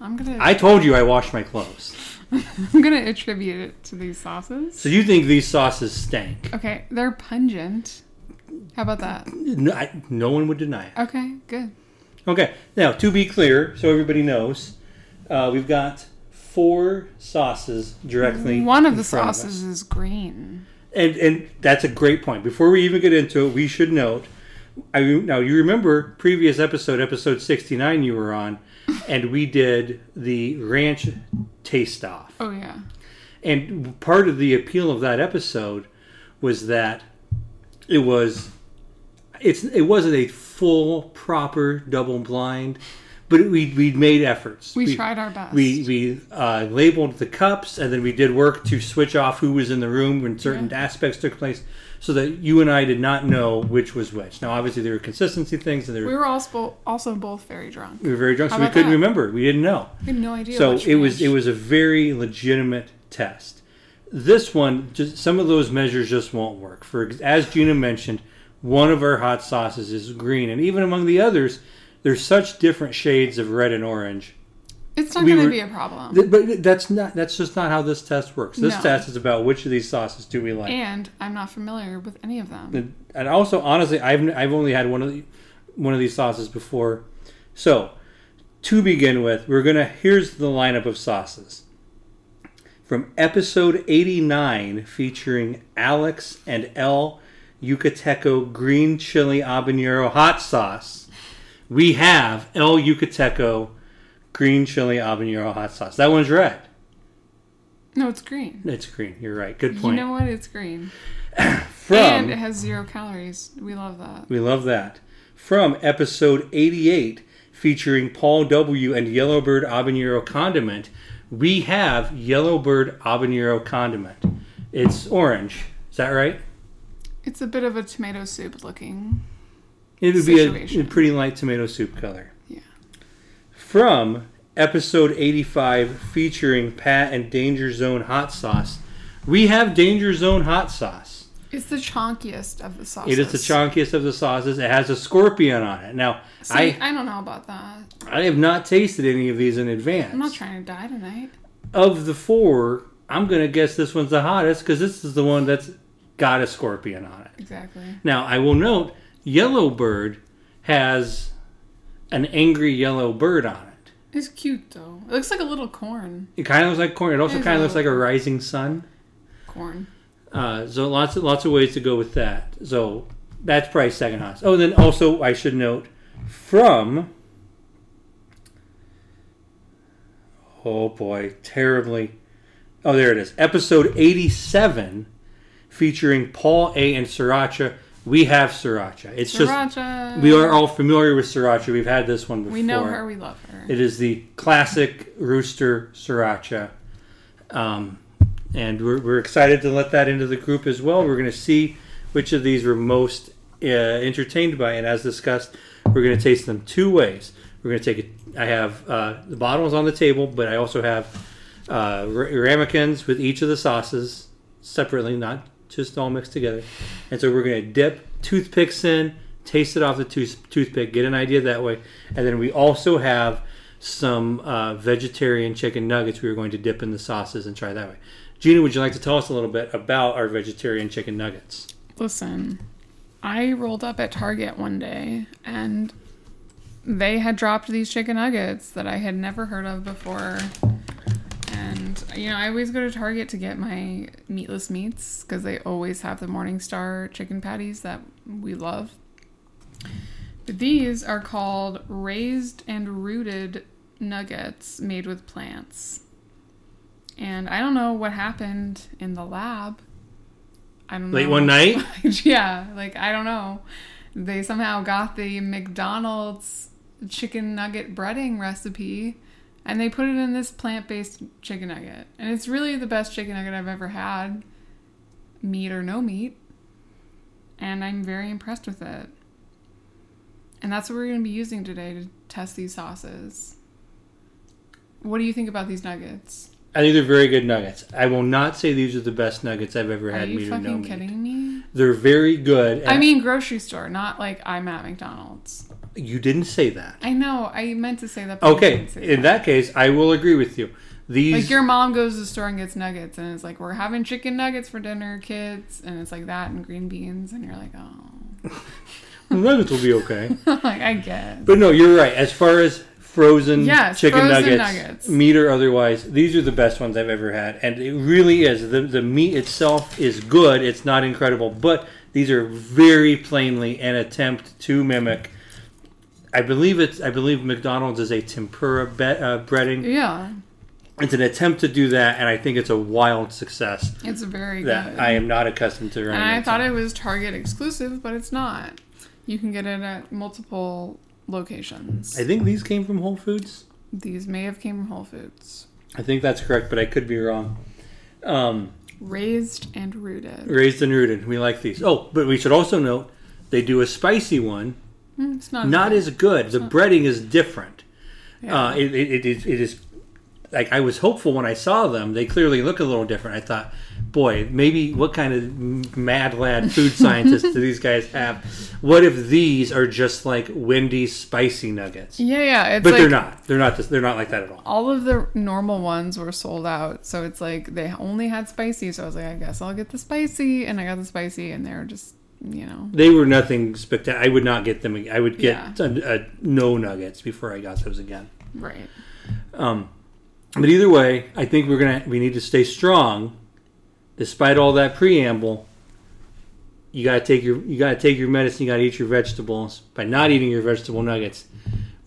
I'm gonna I,
I told you I washed my clothes.
am gonna attribute it to these sauces.
So you think these sauces stank?
Okay, they're pungent. How about that?
No, I, no one would deny it.
Okay, good.
Okay, now to be clear, so everybody knows, uh, we've got four sauces directly.
One of
in
the
front us.
sauces is green.
and and that's a great point. Before we even get into it, we should note. I, now you remember previous episode, episode sixty nine, you were on, and we did the ranch taste off.
Oh yeah.
And part of the appeal of that episode was that it was it's it wasn't a full proper double blind, but we we made efforts.
We tried our best.
We we uh, labeled the cups, and then we did work to switch off who was in the room when certain aspects took place, so that you and I did not know which was which. Now, obviously, there were consistency things, and there
We were also also both very drunk.
we were very drunk,
How
so we
about
couldn't
that?
remember. We didn't know.
We had no idea.
So
which
it was
ranch.
it was a very legitimate test. This one, just some of those measures just won't work. For ex- as Gina mentioned, one of our hot sauces is green, and even among the others, there's such different shades of red and orange
It's not
We
going to
were-
be a problem.
Th- But that's not. That's just not how this test works. This
No.
test is about which of these sauces do we like.
and I'm not familiar with any of them.
And, and also, honestly, I've I've only had one of the, one of these sauces before. So, to begin with, we're gonna here's the lineup of sauces from episode 89 featuring Alex and El Yucateco green chili habanero hot sauce. We have El Yucateco green chili habanero hot sauce. That one's red.
No, it's green.
It's green. You're right. Good
You
point.
know what? It's green.
From
And it has zero calories. We love that.
We love that. From episode 88, featuring Paul W. and Yellowbird Habanero Condiment, we have Yellowbird Habanero Condiment. It's orange. Is that right?
It's a bit of a tomato soup looking.
It would be a,
Situation.
a pretty light tomato soup color.
Yeah.
From episode 85, featuring Pat and Danger Zone Hot Sauce, we have Danger Zone Hot Sauce.
It's the chonkiest of the sauces.
It is the chunkiest of the sauces. It has a scorpion on it. Now,
See, I,
I,
don't know about that.
I have not tasted any of these in advance.
I'm not trying to die tonight.
of the four, I'm gonna guess this one's the hottest because this is the one that's got a scorpion on it.
Exactly.
Now I will note, Yellowbird has an angry yellow bird on it.
It's cute though. It looks like a little corn.
It kind of looks like corn. It also
It is
kind
a
of looks like a rising sun.
Corn.
Uh, so lots of lots of ways to go with that. So that's probably second hottest. Oh, then also I should note from. Oh boy, terribly. Oh, there it is. Episode 87 featuring Paul A. and Sriracha. We have Sriracha. It's
Sriracha.
just, we are all familiar with Sriracha. We've had this one before.
We know her. We love her.
It is the classic rooster sriracha. Um, and we're, we're excited to let that into the group as well. We're going to see which of these we're most uh, entertained by. And as discussed, we're going to taste them two ways. We're going to take it, I have uh, the bottles on the table, but I also have uh, ra- ramekins with each of the sauces separately, not just all mixed together. And so we're going to dip toothpicks in, taste it off the tooth- toothpick, get an idea that way. And then we also have some uh, vegetarian chicken nuggets we were going to dip in the sauces and try that way. Gina, would you like to tell us a little bit about our vegetarian chicken nuggets?
Listen, I rolled up at Target one day and they had dropped these chicken nuggets that I had never heard of before. And, you know, I always go to Target to get my meatless meats because they always have the Morningstar chicken patties that we love. But these are called raised and rooted nuggets made with plants. And I don't know what happened in the lab. I don't
Late
know.
one night?
yeah, like I don't know. They somehow got the McDonald's chicken nugget breading recipe and they put it in this plant-based chicken nugget. And it's really the best chicken nugget I've ever had, meat or no meat. And I'm very impressed with it. And that's what we're going to be using today to test these sauces. What do you think about these nuggets?
I think they're very good nuggets. I will not say these are the best nuggets I've ever
Are
had.
you
meat or no
fucking
meat.
kidding me?
They're very good.
I
and-
mean, grocery store, not like I'm at McDonald's.
you didn't say that.
I know. I meant to say that. but I
Okay,
didn't say
in that case, I will agree with you. These
Like your mom goes to the store and gets nuggets, and it's like we're having chicken nuggets for dinner, kids, and it's like that and green beans, and you're like, oh,
nuggets will Mm, be okay.
like I guess.
But no, you're right. As far as frozen
Yes,
chicken
frozen
nuggets,
nuggets.
meat or otherwise, these are the best ones I've ever had, and it really is. The the meat itself is good. It's not incredible, but these are very plainly an attempt to mimic. I believe it's. I believe McDonald's is a tempura be, uh, breading.
Yeah,
It's an attempt to do that, and I think it's a wild success
it's very
that
good.
I am not accustomed to.
and I thought it was Target exclusive, but it's not. You can get it at multiple locations.
I think these came from Whole Foods.
These may have came from Whole Foods.
I think that's correct, but I could be wrong. Um,
Raised and rooted.
Raised and rooted. We like these. Oh, but we should also note they do a spicy one.
Mm, It's not.
Not
good.
as good. The breading is different.
Yeah.
Uh, it, it, it, is, it is like I was hopeful when I saw them. They clearly look a little different. I thought boy, maybe what kind of mad lad food scientist do these guys have? What if these are just like Wendy's spicy nuggets?
Yeah, yeah. It's
but
like
they're not. They're not. This, they're not like that at all.
all of the normal ones were sold out, so it's like they only had spicy. So I was like, I guess I'll get the spicy, and I got the spicy, and they're just you know,
They were nothing spectacular. I would not get them. ag- I would get uh, uh, no nuggets before I got those again.
right?
Um, but either way, I think we're gonna we need to stay strong, despite all that preamble. You gotta take your you gotta take your medicine. You gotta eat your vegetables. By not eating your vegetable nuggets,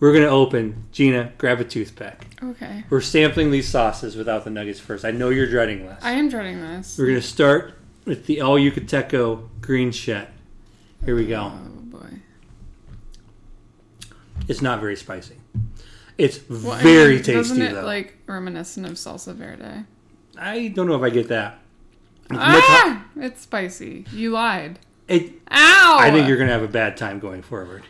we're gonna open. Gina, grab a toothpick.
Okay,
We're sampling these sauces without the nuggets first. I know you're dreading this.
I am dreading this.
We're gonna start with the El Yucateco green shit. Here we go.
Oh boy.
It's not very spicy. It's
Well, I
very
mean,
tasty
Doesn't it
though.
like reminiscent of salsa verde?
I don't know if I get that. It's much hot-
Ah, it's spicy. You lied.
it-
Ow!
I think you're going to have a bad time going forward.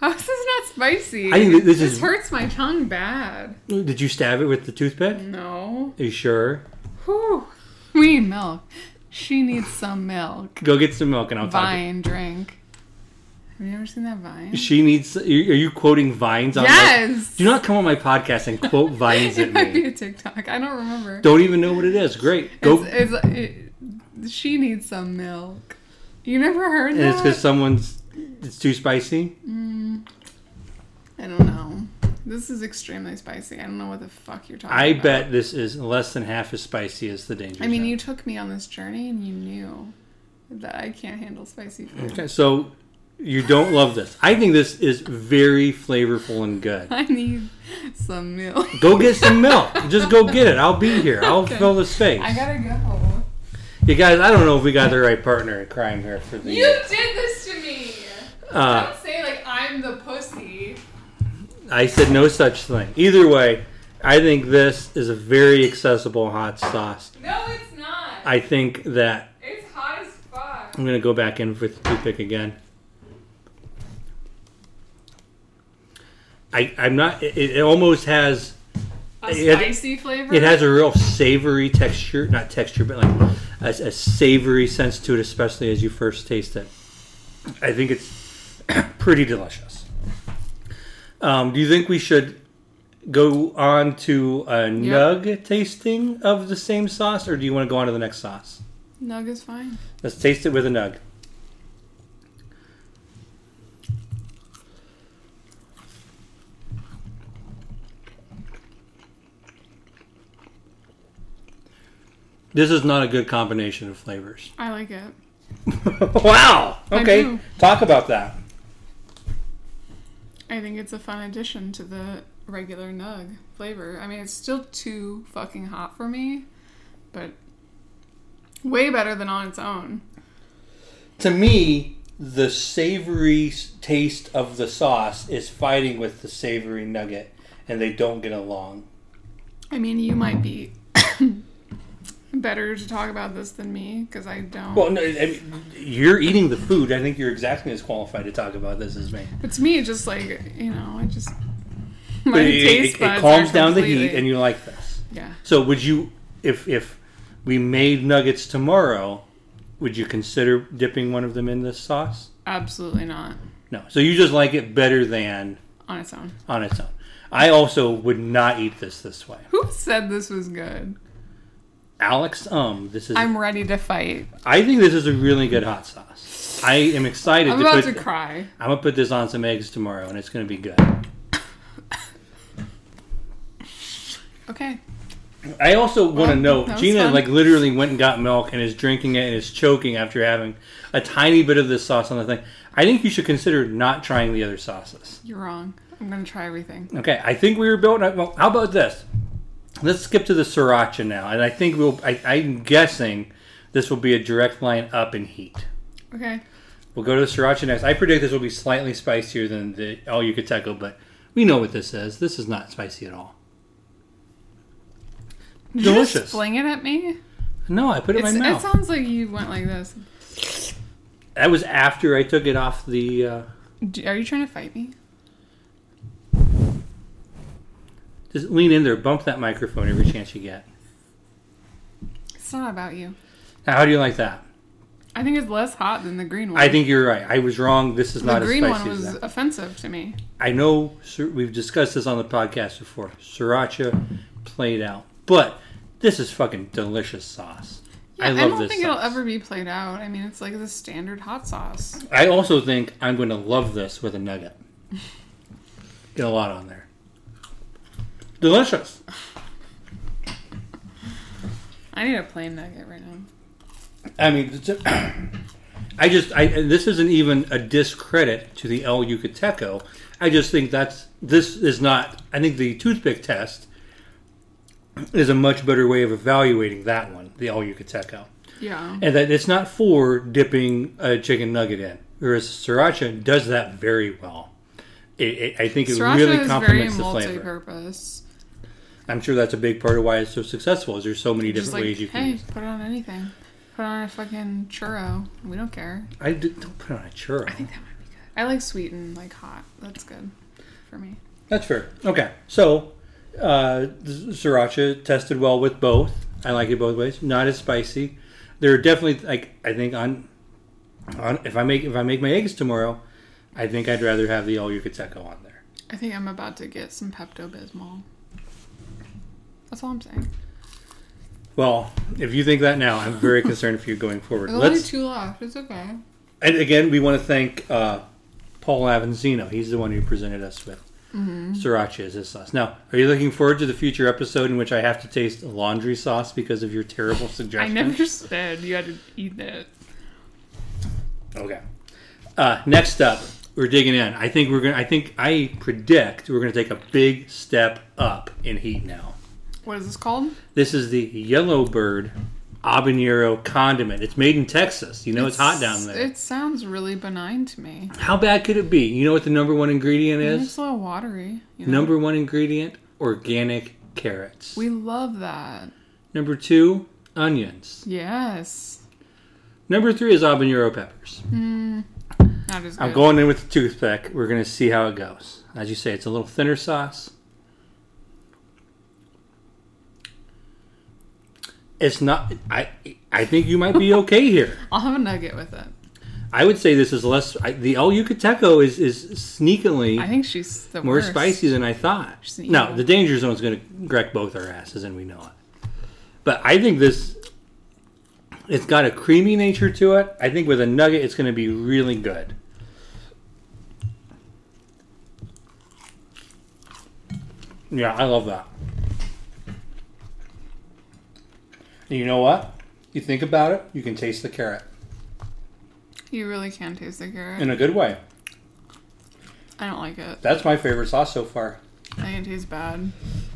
How is this not spicy?
I think that this
this
is-
hurts my tongue bad.
Did you stab it with the toothpick?
No.
Are you sure?
Whew. We need milk. She needs some milk.
Go get some milk and I'll talk. to
Vine drink. Have you ever seen that vine?
you. She needs. Are you quoting vines? on my-
Yes.
Do not come on my podcast and quote vines
It
at
might be
me.
a TikTok. I don't remember.
Don't even know what it is. Great. Go.
It's, it's, it, she needs some milk. You never heard
and it's
that?
because someone's. It's too spicy.
I don't know. This is extremely spicy. I don't know what the fuck you're talking
I
about.
bet this is less than half as spicy as the danger.
I mean,
Zone.
you took me on this journey and you knew that I can't handle spicy food.
Okay, so you don't love this. I think this is very flavorful and good.
I need some milk.
Go get some milk. Just go get it. I'll be here. I'll
Okay.
fill the space.
I gotta go.
You guys, I don't know if we got the right partner in crime here for the.
You did this to me.
Uh,
Don't say like I'm the pussy.
I said no such thing. Either way, I think this is a very accessible hot sauce.
No, it's not.
I think that
It's hot as fuck.
I'm gonna go back in with the toothpick again. I, I'm not. It, it almost has.
A
It-
spicy flavor.
It has a real savory texture, not texture, but like a, a savory sense to it, especially as you first taste it. I think it's pretty delicious. Um, do you think we should go on to a nug tasting of the same sauce, or do you want to go on to the next sauce?
Nug is fine.
Let's taste it with a nug. This is not a good combination of flavors.
I like it.
wow.
I
Okay.
do.
Talk about that.
I think it's a fun addition to the regular nug flavor. I mean, it's still too fucking hot for me, but way better than on its own.
To me, the savory s- taste of the sauce is fighting with the savory nugget, and they don't get along.
I mean, you might be better to talk about this than me because I don't.
Well, no, I mean, you're eating the food. I think you're exactly as qualified to talk about this as me.
but to me, it's just like you know, I just
But
my
it, it-
taste
it
buds
calms
are
down the
completely-
heat and you like this
yeah.
so would you if if we made nuggets tomorrow would you consider dipping one of them in this sauce
Absolutely not
no so you just like it better than
on its own.
on its own i also would not eat this this way
Who said this was good?
alex um this is i
I'm ready to fight.
think this is a really good hot sauce i am excited
I'm
to
about
put
to cry.
i'm gonna put this on some eggs tomorrow and it's gonna be good
Okay.
I also want to
Well,
know
that was
Gina
fun.
like literally went and got milk and is drinking it and is choking after having a tiny bit of this sauce on the thing. I think you should consider not trying the other sauces.
You're wrong. I'm gonna try everything.
Okay, I think we were building. up- Well, how about this? Let's skip to the sriracha now, and I think we'll. I, I'm guessing this will be a direct line up in heat.
Okay.
We'll go to the sriracha next. I predict this will be slightly spicier than the El Yucateco, but we know what this is. This is not spicy at all.
Did you just
Delicious.
fling it at me?
No, I put it
It's,
in my mouth.
it sounds like you went like this.
That was after I took it off the. Uh,
D- Are you trying to fight me?
just lean in there, bump that microphone every chance you get.
It's not about you.
Now, how do you like that?
I think it's less hot than the green one.
I think you're right. I was wrong. This is
the
not
green
as
one
spicy
was
as that.
offensive to me.
I know sir, we've discussed this on the podcast before. Sriracha played out, but this is fucking delicious sauce. I love
I don't
this.
think it'll
sauce.
ever be played out. I mean, it's like the standard hot sauce.
I also think I'm going to love this with a nugget. Get a lot on there. Delicious.
I need a plain nugget right now.
I mean, it's- I just I and this isn't even a discredit to the El Yucateco. I just think that's this is not. I think the toothpick test is a much better way of evaluating that one, the El Yucateco,
Yeah.
and that it's not for dipping a chicken nugget in. Whereas sriracha does that very well. It, it, I think it
Sriracha
really
is very
complements the flavor.
multi-purpose.
I'm sure that's a big part of why it's so successful. Is there's so many
Just
different
like,
ways you can.
hey, put it on anything. Put it on a fucking churro. We don't care.
I did, don't put on a churro.
I think that might be good. I like sweet and like hot. That's good for me.
That's fair. Okay. So, uh, the sriracha tested well with both. I like it both ways. Not as spicy. There are definitely like I think on, on if I make if I make my eggs tomorrow, I think I'd rather have the all yucateco on there.
I think I'm about to get some Pepto Bismol. That's all I'm saying.
Well, if you think that now, I'm very concerned for you going forward.
There's only
Let's
two left. It's okay.
and again we want to thank uh, Paul Avanzino. He's the one who presented us with
Mm-hmm.
sriracha as his sauce. Now, are you looking forward to the future episode in which I have to taste laundry sauce because of your terrible
I
suggestion?
never said you had to eat it.
Okay. Uh, next up, we're digging in. I think we're gonna. I think I predict we're gonna take a big step up in heat now.
What is this called?
This is the Yellowbird habanero condiment. It's made in Texas. You know it's, hot down there.
It sounds really benign to me.
How bad could it be? You know what the number one ingredient
It's
is?
a little watery. You know?
Number one ingredient: organic carrots.
We love that.
Number two, onions.
Yes.
Number three is habanero peppers.
Not as good.
I'm going in with the toothpick. We're gonna see how it goes. As you say, it's a little thinner sauce. It's not. I I think you might be okay here.
I'll have a nugget with it.
I would say this is less. I, the El Yucateco is is sneakily
I think she's the
more
worst.
spicy than I thought.
She's an
No,
evil.
the danger zone's gonna wreck both our asses, and we know it. But I think this. It's got a creamy nature to it. I think with a nugget, it's going to be really good. Yeah, I love that. And you know what? You think about it, you can taste the carrot
You really can taste the carrot.
in a good way.
I don't like it.
That's my favorite sauce so far.
I think it tastes bad.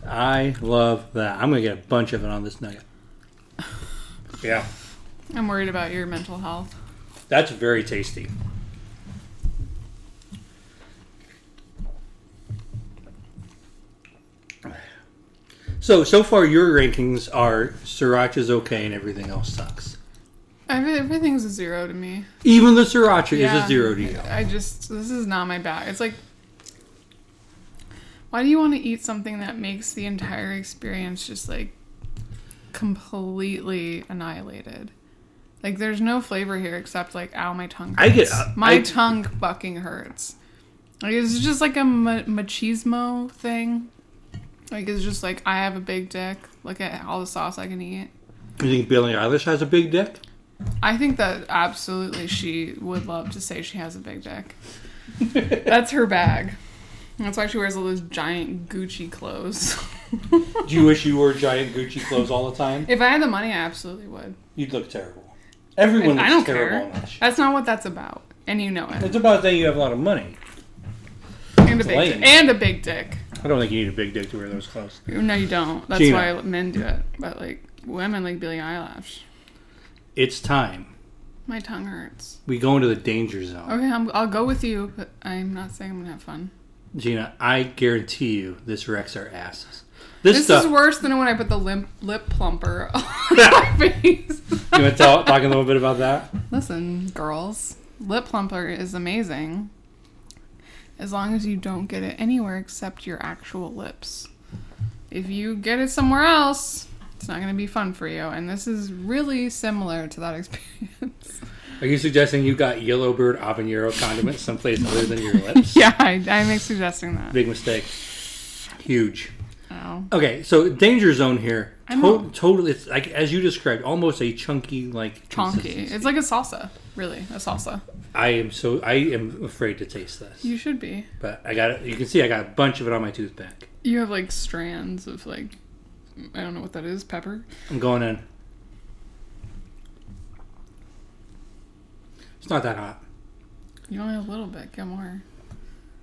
I love that. I'm gonna get a bunch of it on this nugget. Yeah,
I'm worried about your mental health.
that's very tasty. So so far your rankings are sriracha's okay and everything else sucks.
Every- Everything's a zero to me.
Even the sriracha is
Yeah.
a zero to you.
I just this is not my bag. It's like why do you want to eat something that makes the entire experience just like completely annihilated? Like there's no flavor here except like ow my tongue. Hurts.
I get- uh,
my
I-
tongue fucking hurts. Like it's just like a ma- machismo thing. Like it's just like I have a big dick. Look at all the sauce I can eat.
You think Billie Eilish has a big dick?
I think that absolutely she would love to say she has a big dick. That's her bag. That's why she wears all those giant Gucci clothes.
Do you wish you wore giant Gucci clothes all the time?
if I had the money, I absolutely would.
You'd look terrible. Everyone looks
I don't
terrible
care.
on that shit.
That's not what that's about, and you know it.
It's about saying you have a lot of money.
And a big
lame.
dick. and a big dick.
I don't think you need a big dick to wear those clothes.
No, you don't. That's
Gina.
why men do it. But like women, like Billie Eilish.
It's time.
My tongue hurts.
We go into the danger zone.
Okay, I'm, I'll go with you, but I'm not saying I'm gonna have fun.
Gina, I guarantee you this wrecks our asses. This,
This
stuff.
is worse than when I put the limp, lip plumper on my face.
you want to tell, talk a little bit about that?
Listen, girls, lip plumper is amazing. As long as you don't get it anywhere except your actual lips. If you get it somewhere else, It's not going to be fun for you. And this is really similar to that experience.
Are you suggesting you got Yellowbird habanero condiment someplace other than your lips?
yeah, I, I'm suggesting that.
Big mistake. Huge.
Oh.
Okay, so danger zone here.
I
To-
know.
totally, it's like as you described, almost a chunky like
Chonky.
consistency.
It's like a salsa, really. A salsa.
I am so I am afraid to taste this,
You should be.
but I got it. You can see I got a bunch of it on my tooth back.
You have like strands of like, I don't know what that is, pepper?
I'm going in. It's not that hot.
You only have a little bit. Get more.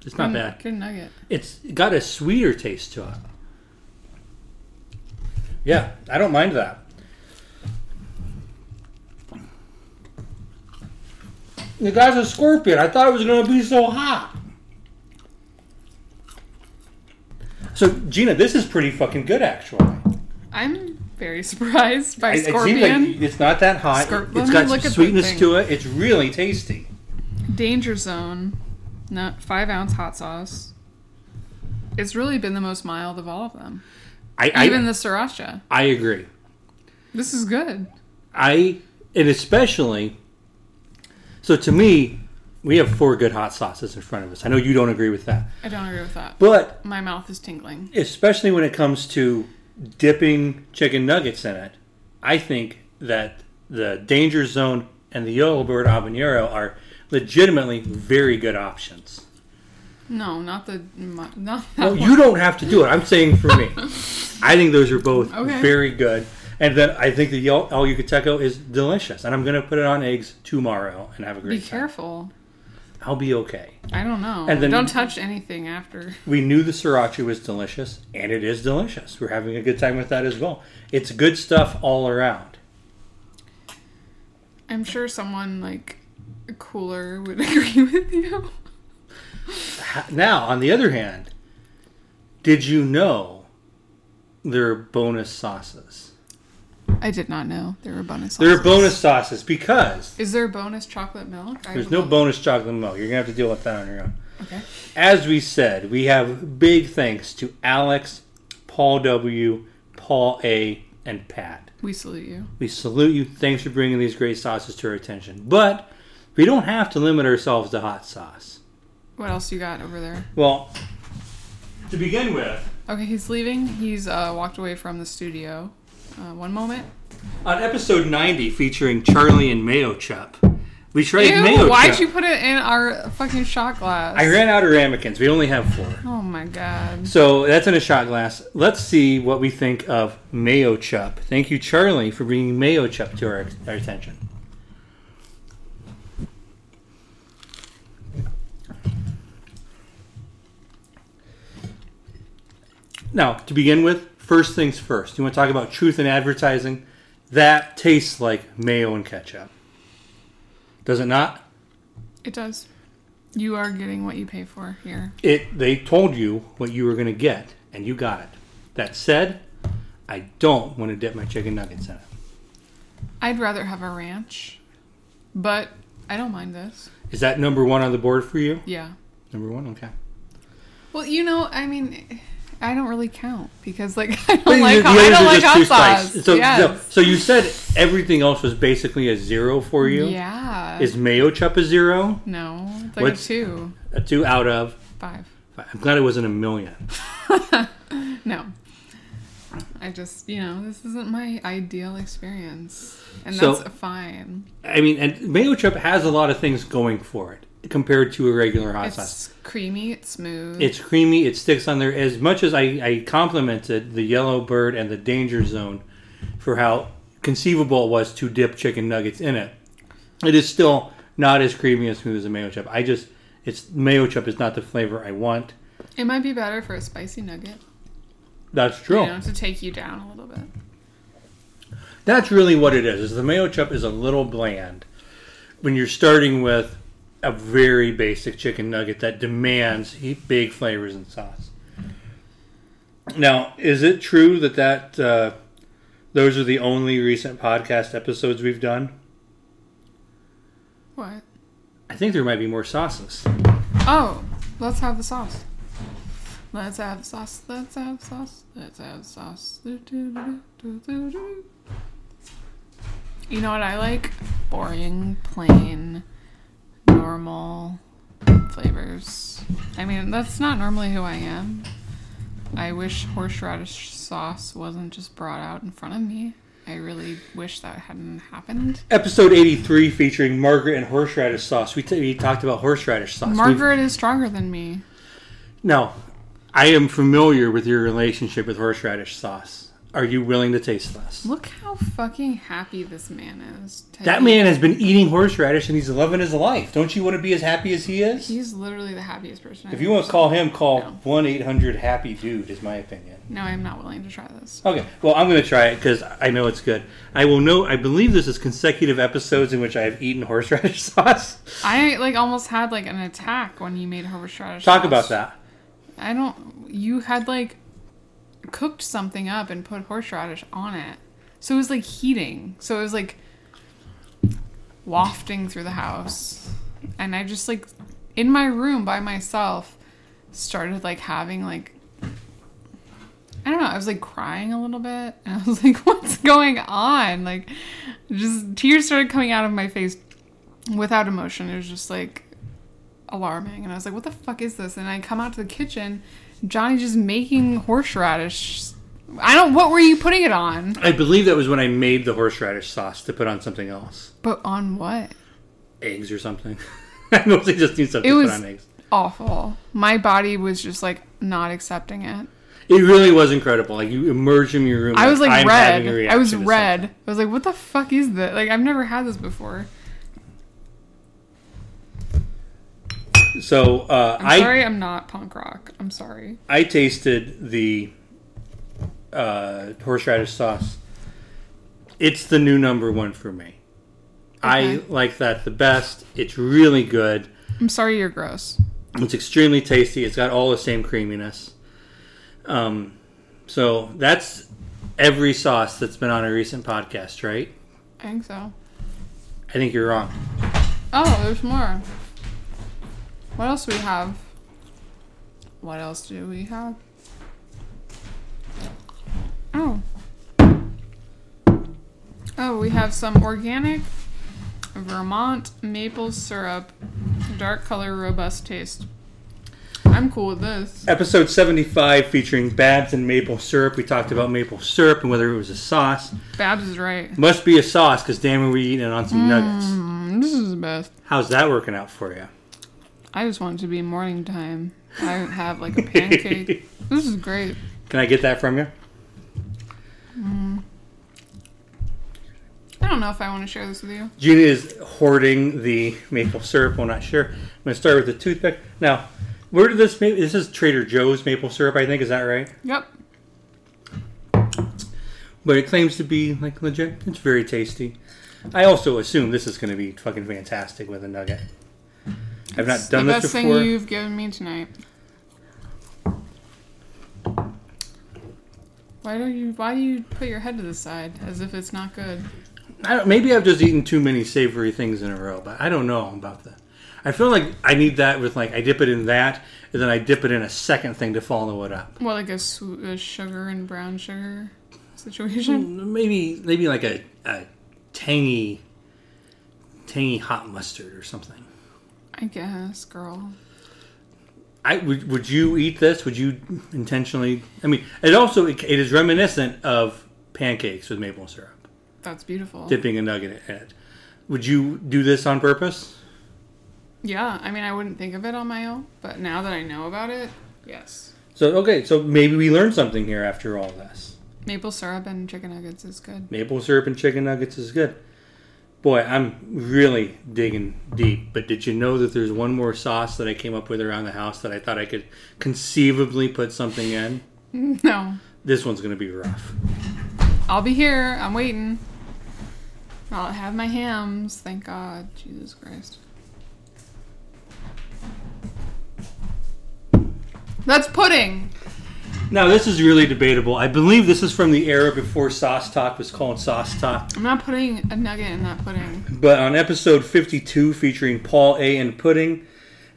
It's not
Good-
bad.
Good nugget.
It's got a sweeter taste to it. Yeah, I don't mind that. The guy's a scorpion. I thought it was going to be so hot. So, Gina, this is pretty fucking good, actually.
I'm very surprised
It-
by
it seems
scorpion.
like it's not that hot.
Scor-
it's
Let
got
me look
some
at the
sweetness
thing.
to it. It's really tasty.
Danger Zone, not five ounce hot sauce. It's really been the most mild of all of them.
I I,
Even the sriracha.
I agree.
This is good.
I and especially so to me, we have four good hot sauces in front of us. I know you don't agree with that,
I don't agree with that.
but
My mouth is tingling.
especially when it comes to dipping chicken nuggets in it, I think that the Danger Zone and the Yellow Bird Habanero are legitimately very good options.
No, not the mu- not that
Well,
one.
you don't have to do it. I'm saying for me, I think those are both
Okay.
very good. And then I think the Yel- El Yucateco is delicious, and I'm going to put it on eggs tomorrow and have a
Be
great time.
careful.
I'll be okay.
I don't know.
And then-
don't touch anything after.
We knew the sriracha was delicious, and it is delicious. We're having a good time with that as well. It's good stuff all around.
I'm sure someone like cooler would agree with you.
Ha- Now, on the other hand, did you know there are bonus sauces?
I did not know there were bonus.
There are
sauces.
bonus sauces because
Is there bonus chocolate milk? I
there's
would
no
love-
bonus chocolate milk. You're gonna have to deal with that on your own.
Okay.
As we said, we have big thanks to Alex, Paul W, Paul A, and Pat.
We salute you.
We salute you. Thanks for bringing these great sauces to our attention. But we don't have to limit ourselves to hot sauce.
What else you got over there?
Well, to begin with,
Okay, he's leaving. He's uh, walked away from the studio. Uh, one moment.
on episode 90 featuring Charlie and Mayo Chup, we tried
Ew,
Mayo
why'd
Chup.
you put it in our fucking shot glass?
I ran out of ramekins. We only have four.
oh my god.
So that's in a shot glass. Let's see what we think of Mayo Chup. Thank you, Charlie, for bringing Mayo Chup to our, our attention. Now, to begin with, first things first. You want to talk about truth in advertising? That tastes like mayo and ketchup. Does it not?
It does. You are getting what you pay for here.
it they told you what you were going to get and you got it that said i don't want to dip my chicken nuggets in it
I'd rather have a ranch, but I don't mind this.
is that number one on the board for you
Yeah.
number one okay
Well, you know, I mean, I don't really count because like I
But
don't like
the
hot, I
others
don't
are
like
just too
hot sauce.
spicy. so,
yes.
so so you said everything else was basically a zero for you
Yeah.
is mayo chup a zero
no, it's like
What's-
a two,
a two out of
five.
i'm glad it wasn't a million
No. I just, you know, this isn't my ideal experience. And
So-
that's fine.
i mean and mayo chup has a lot of things going for it compared to a regular hot
It's
sauce
creamy, it's smooth.
It's creamy. It sticks on there as much as I, I complimented the yellow bird and the danger zone for how conceivable it was to dip chicken nuggets in it. It is still not as creamy and smooth as a mayo chup. I just it's mayo chup is not the flavor I want.
it might be better for a spicy nugget.
That's true.
You know, to take you down a little bit.
That's really what it is. Is the mayo chup is a little bland when you're starting with a very basic chicken nugget that demands he- big flavors and sauce. Now, is it true that that uh, those are the only recent podcast episodes we've done?
What?
I think there might be more sauces.
Oh, let's have the sauce. Let's have sauce. Let's have sauce. Let's have sauce. Do, do, do, do, do, do. You know what I like? Boring, plain, normal flavors. I mean, that's not normally who I am. I wish horseradish sauce wasn't just brought out in front of me. I really wish that hadn't happened.
Episode 83 featuring Margaret and horseradish sauce. We, t- we talked about horseradish sauce. We've-
Margaret is stronger than me.
No, I am familiar with your relationship with horseradish sauce. Are you willing to taste this?
Look how fucking happy this man is.
That man has been eating horseradish and he's loving his life. Don't you want to be as happy as he is?
He's literally the happiest person.
If you want to call him, call
No.
1 800 Happy Dude, is my opinion.
no, I'm not willing to try this.
Okay, well, I'm going to try it because I know it's good. I will know, I believe this is consecutive episodes in which I have eaten horseradish sauce.
I like almost had like an attack when you made horseradish.
Talk
sauce.
about that.
I don't. You had like cooked something up and put horseradish on it, so it was like heating. So it was like wafting through the house, and I just like in my room by myself started like having like I don't know. I was like crying a little bit, and I was like, "What's going on?" Like, just tears started coming out of my face without emotion. It was just like alarming and i was like what the fuck is this and i come out to the kitchen johnny's just making horseradish i don't what were you putting it on
I believe that was when I made the horseradish sauce to put on something else
but on what
eggs or something. I mostly just need something
It
to
was-
put on eggs.
awful my body was just like not accepting it
It really was incredible. Like you emerge from your room.
i was like
I'm having a
red i
reaction
was
to
red
something.
i was like what the fuck is this like i've never had this before
So uh,
i'm
I
sorry i'm not punk rock i'm sorry
I tasted the uh, horseradish sauce. It's the new number one for me. I
Okay.
like that the best. It's really good.
i'm sorry you're gross
It's extremely tasty. It's got all the same creaminess. Um, so that's every sauce that's been on a recent podcast, right?
i think so
I think you're wrong.
oh there's more what else do we have what else do we have Oh. Oh, we have some organic Vermont maple syrup, dark color, robust taste. I'm cool with this.
Episode 75 featuring Babs and maple syrup. We talked about maple syrup and whether it was a sauce.
Babs is right.
Must be a sauce because damn it, we eating it on some nuggets.
Mm, this is the best.
How's that working out for you?
I just want it to be morning time. I have like a pancake. this is great.
Can I get that from you?
I don't know if I want to share this with you.
Gina is hoarding the maple syrup. I'm not sure. I'm going to start with the toothpick. Now, where did this? ma- This is Trader Joe's maple syrup, I think. Is that right?
Yep.
But it claims to be like legit. It's very tasty. I also assume this is going to be fucking fantastic with a nugget. I've not
It's
done
the
this
best
before.
thing you've given me tonight. Why do you why do you put your head to the side as if it's not good?
I don't, maybe I've just eaten too many savory things in a row, but I don't know about that. I feel like I need that with like I dip it in that, and then I dip it in a second thing to follow it up.
More like a, su- a sugar and brown sugar
Hmm.
situation.
Maybe maybe like a, a tangy, tangy hot mustard or something.
I guess, girl.
I would. Would you eat this? Would you intentionally? I mean, it also it, it is reminiscent of pancakes with maple syrup,
That's beautiful.
dipping a nugget in it. Would you do this on purpose?
yeah, I mean, I wouldn't think of it on my own, but now that I know about it, yes.
So okay, so maybe we learned something here after all this.
Maple syrup and chicken nuggets is good.
maple syrup and chicken nuggets is good. Boy, I'm really digging deep. But did you know that there's one more sauce that I came up with around the house that I thought I could conceivably put something in?
No,
This one's gonna be rough.
I'll be here. I'm waiting. I'll have my hams. Thank God. Jesus Christ. That's pudding.
Now this is really debatable. I believe this is from the era before sauce talk was called sauce talk.
I'm not putting a nugget in that pudding.
But on episode 52 featuring Paul A and Pudding,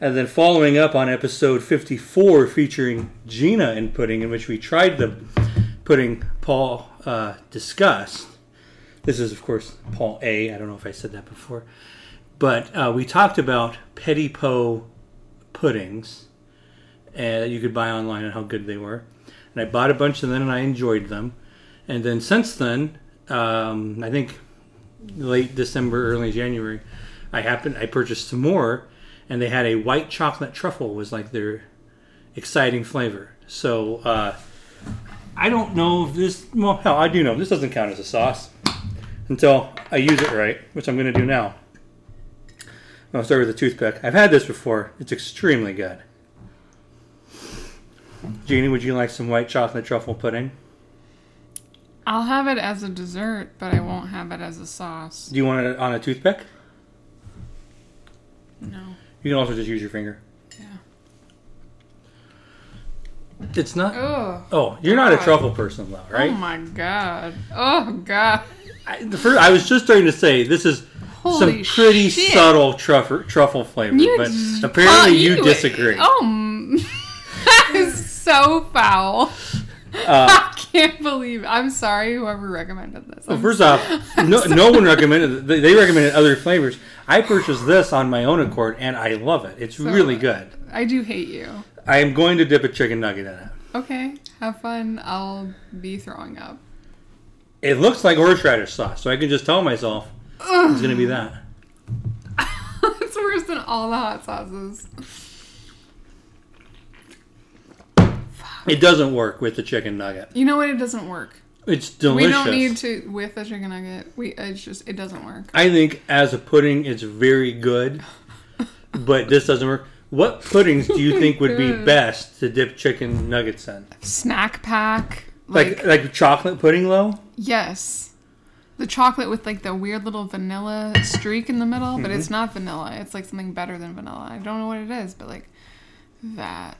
And then following up on episode 54 featuring Gina in pudding, in which we tried the pudding Paul uh, discussed. This is, of course, Paul A. I don't know if I said that before. But uh, we talked about Petit Poe puddings uh, that you could buy online and how good they were. And I bought a bunch of them and I enjoyed them. And then since then, um, I think late December, early January, I happened I purchased some more, and they had a white chocolate truffle was like their exciting flavor. So uh, I don't know if this. Well, hell, I do know this doesn't count as a sauce until I use it right, which I'm going to do now. I'll start with a toothpick. I've had this before. It's extremely good. Jeannie, would you like some white chocolate truffle pudding?
I'll have it as a dessert, but I won't have it as a sauce.
Do you want it on a toothpick?
No.
You can also just use your finger. Yeah. It's not.
Oh.
Oh, you're not a
God.
truffle person, though, right?
Oh my god. Oh god.
I, the first, I was just starting to say this is
Holy
some pretty
shit.
subtle truffle truffle flavor,
You
but
just-
apparently
Oh,
you, disagree.
Oh, mm. that is so foul.
Uh,
I can't believe. I'm sorry, whoever recommended this.
Well,
I'm
first off, no, no one recommended. They, they recommended other flavors. I purchased this on my own accord, and I love it. It's really good.
I do hate you.
I am going to dip a chicken nugget in it.
Okay, have fun. I'll be throwing up.
It looks like horseradish sauce, so I can just tell myself it's going to be that.
it's worse than all the hot sauces.
It doesn't work with the chicken nugget.
You know what? It doesn't work.
It's delicious.
We don't need to with a chicken nugget. We it's just it doesn't work.
I think as a pudding, it's very good, but this doesn't work. What puddings do you think would be
Oh God.
best to dip chicken nuggets in?
Snack pack.
Like like chocolate pudding low?
Yes. The chocolate with like the weird little vanilla streak in the middle, but
Mm-hmm.
it's not vanilla. It's like something better than vanilla. I don't know what it is, but like that.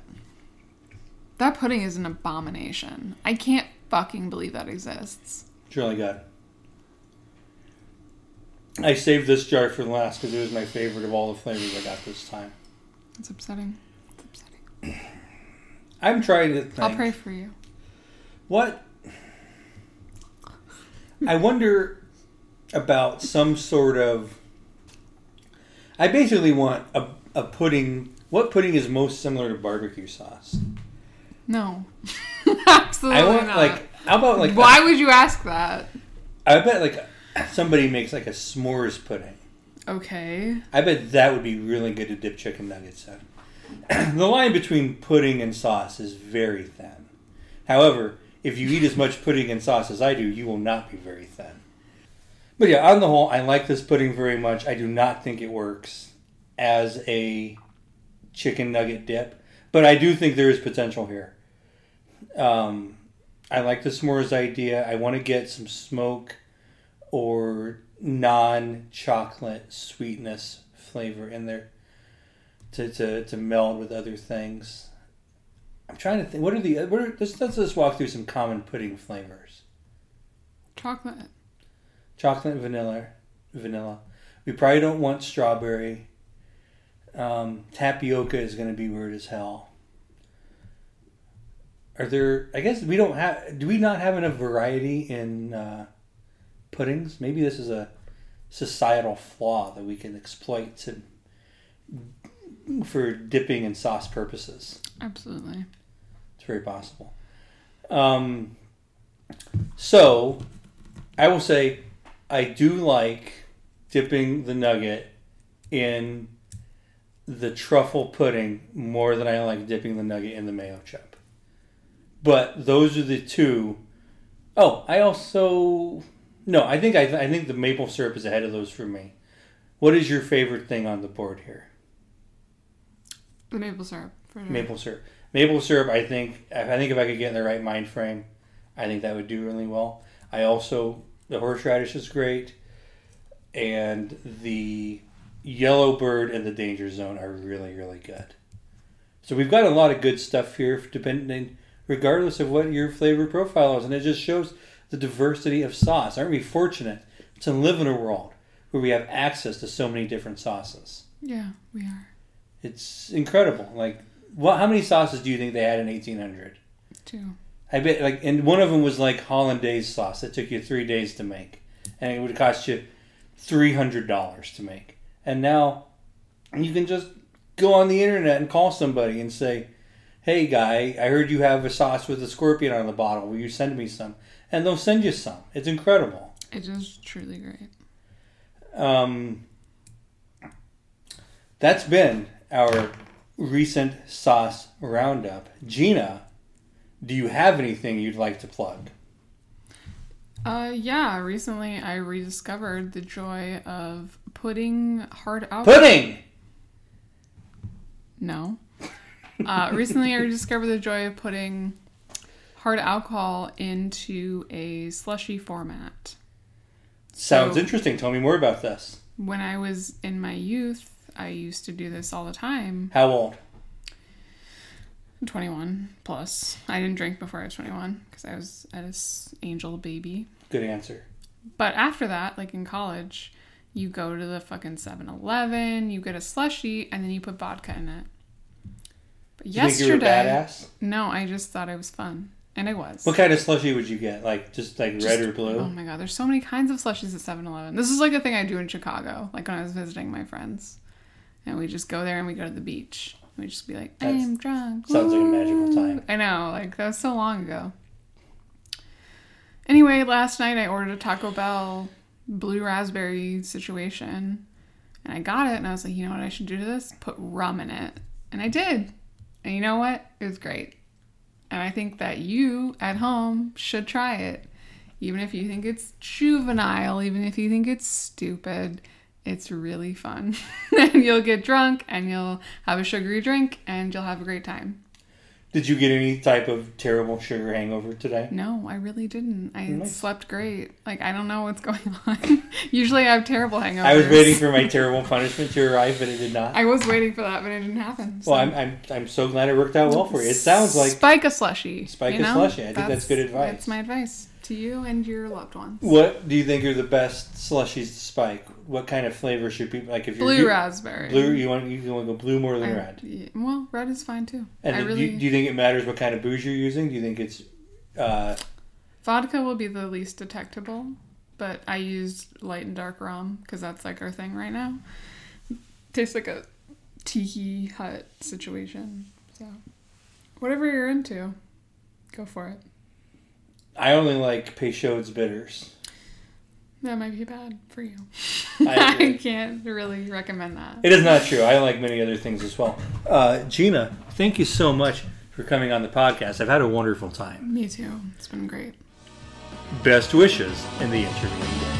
That pudding is an abomination. I can't fucking believe that exists.
It's really good. I saved this jar for last because it was my favorite of all the flavors I got this time.
It's upsetting. It's upsetting.
I'm trying to think.
I'll pray for you.
What? I wonder about some sort of. I basically want a, a pudding. What pudding is most similar to barbecue sauce?
No. Absolutely
I want
not.
like. How about like?
uh, Why would you ask that?
I bet like somebody makes like a s'mores pudding.
Okay.
I bet that would be really good to dip chicken nuggets in. the line between pudding and sauce is very thin. However, if you eat as much pudding and sauce as I do, you will not be very thin. But yeah, on the whole, I like this pudding very much. I do not think it works as a chicken nugget dip, but I do think there is potential here. Um, I like the s'mores idea. I want to get some smoke or non chocolate sweetness flavor in there to, to, to meld with other things. I'm trying to think. What are the what are, let's, let's just walk through some common pudding flavors:
Chocolate.
chocolate, vanilla, vanilla. We probably don't want strawberry. Um, tapioca is going to be weird as hell. Are there? I guess we don't have. Do we not have enough variety in uh, puddings? Maybe this is a societal flaw that we can exploit to for dipping and sauce purposes.
Absolutely.
It's very possible. Um, so, I will say, I do like dipping the nugget in the truffle pudding more than I like dipping the nugget in the mayo chip. But those are the two. Oh, I also no. I think I, I think the maple syrup is ahead of those for me. What is your favorite thing on the board here?
The maple syrup. For sure.
maple syrup. Maple syrup. I think. I think if I could get in the right mind frame, I think that would do really well. I also the horseradish is great, and the yellow bird and the danger zone are really really good. So we've got a lot of good stuff here, depending regardless of what your flavor profile is, and it just shows the diversity of sauce. Aren't we fortunate to live in a world where we have access to so many different sauces?
Yeah, we are.
It's incredible. Like, what? How many sauces do you think they had in 1800?
Two.
I bet. Like, and one of them was like hollandaise sauce that took you three days to make, and it would cost you three hundred dollars to make. And now, you can just go on the internet and call somebody and say, "Hey, guy, I heard you have a sauce with a scorpion on the bottle. Will you send me some?" And they'll send you some. It's incredible.
It is truly great.
um, that's been our recent sauce roundup. Gina, do you have anything you'd like to plug?
Uh, yeah, recently I rediscovered the joy of putting hard out.
Pudding.
No. Uh, recently, I rediscovered the joy of putting hard alcohol into a slushy format.
Sounds
So-
interesting. Tell me more about this.
When I was in my youth, I used to do this all the time.
How old?
21 plus. I didn't drink before I was 21 because I was an s- angel baby.
Good answer.
But after that, like in college, you go to the fucking 7 Eleven, you get a slushie, and then you put vodka in it. But
Do you think you were a
yesterday,
badass?
no, I just thought I was fun. And I was.
What kind of slushy would you get? Like just like red
Just-
or blue?
Oh my god, there's so many kinds of slushies at 7 Eleven. This is like a thing I do in Chicago, like when I was visiting my friends. And we just go there and we go to the beach. And we just be like,
That's-
I'm drunk.
sounds like a magical
Woo."
time.
I know, like that was so long ago. Anyway, last night I ordered a Taco Bell blue raspberry situation. And I got it and I was like, you know what I should do to this? Put rum in it. And I did. And you know what? It was great. And I think that you at home should try it. Even if you think it's juvenile, even if you think it's stupid, it's really fun. and you'll get drunk and you'll have a sugary drink and you'll have a great time.
Did you get any type of terrible sugar hangover today?
No, I really didn't. I
Nice.
slept great. Like, I don't know what's going on. Usually I have terrible hangovers.
I was waiting for my terrible punishment to arrive, but it did not.
I was waiting for that, but it didn't happen.
well,
so.
I'm, I'm I'm so glad it worked out well for you. It sounds like
spike a slushy.
Spike a slushie. I think that's good advice.
That's my advice to you and your loved ones.
What do you think are the best slushies to spike? What kind of flavor should people like? If you're
Blue
do-
raspberry.
blue, you want you want to go blue more than
I-
red.
yeah, well, red is fine too.
And
I
then
really
do, you, do you think it matters what kind of booze you're using? Do you think it's uh,
vodka will be the least detectable, but I used light and dark rum because that's like our thing right now. Tastes like a tiki hut situation. So, whatever you're into, go for it.
I only like Peychaud's bitters.
That might be bad for you.
I agree.
I can't really recommend that.
It is not true. I like many other things as well. Uh, Gina, thank you so much for coming on the podcast. I've had a wonderful time.
Me too. It's been great.
Best wishes in the intervening days.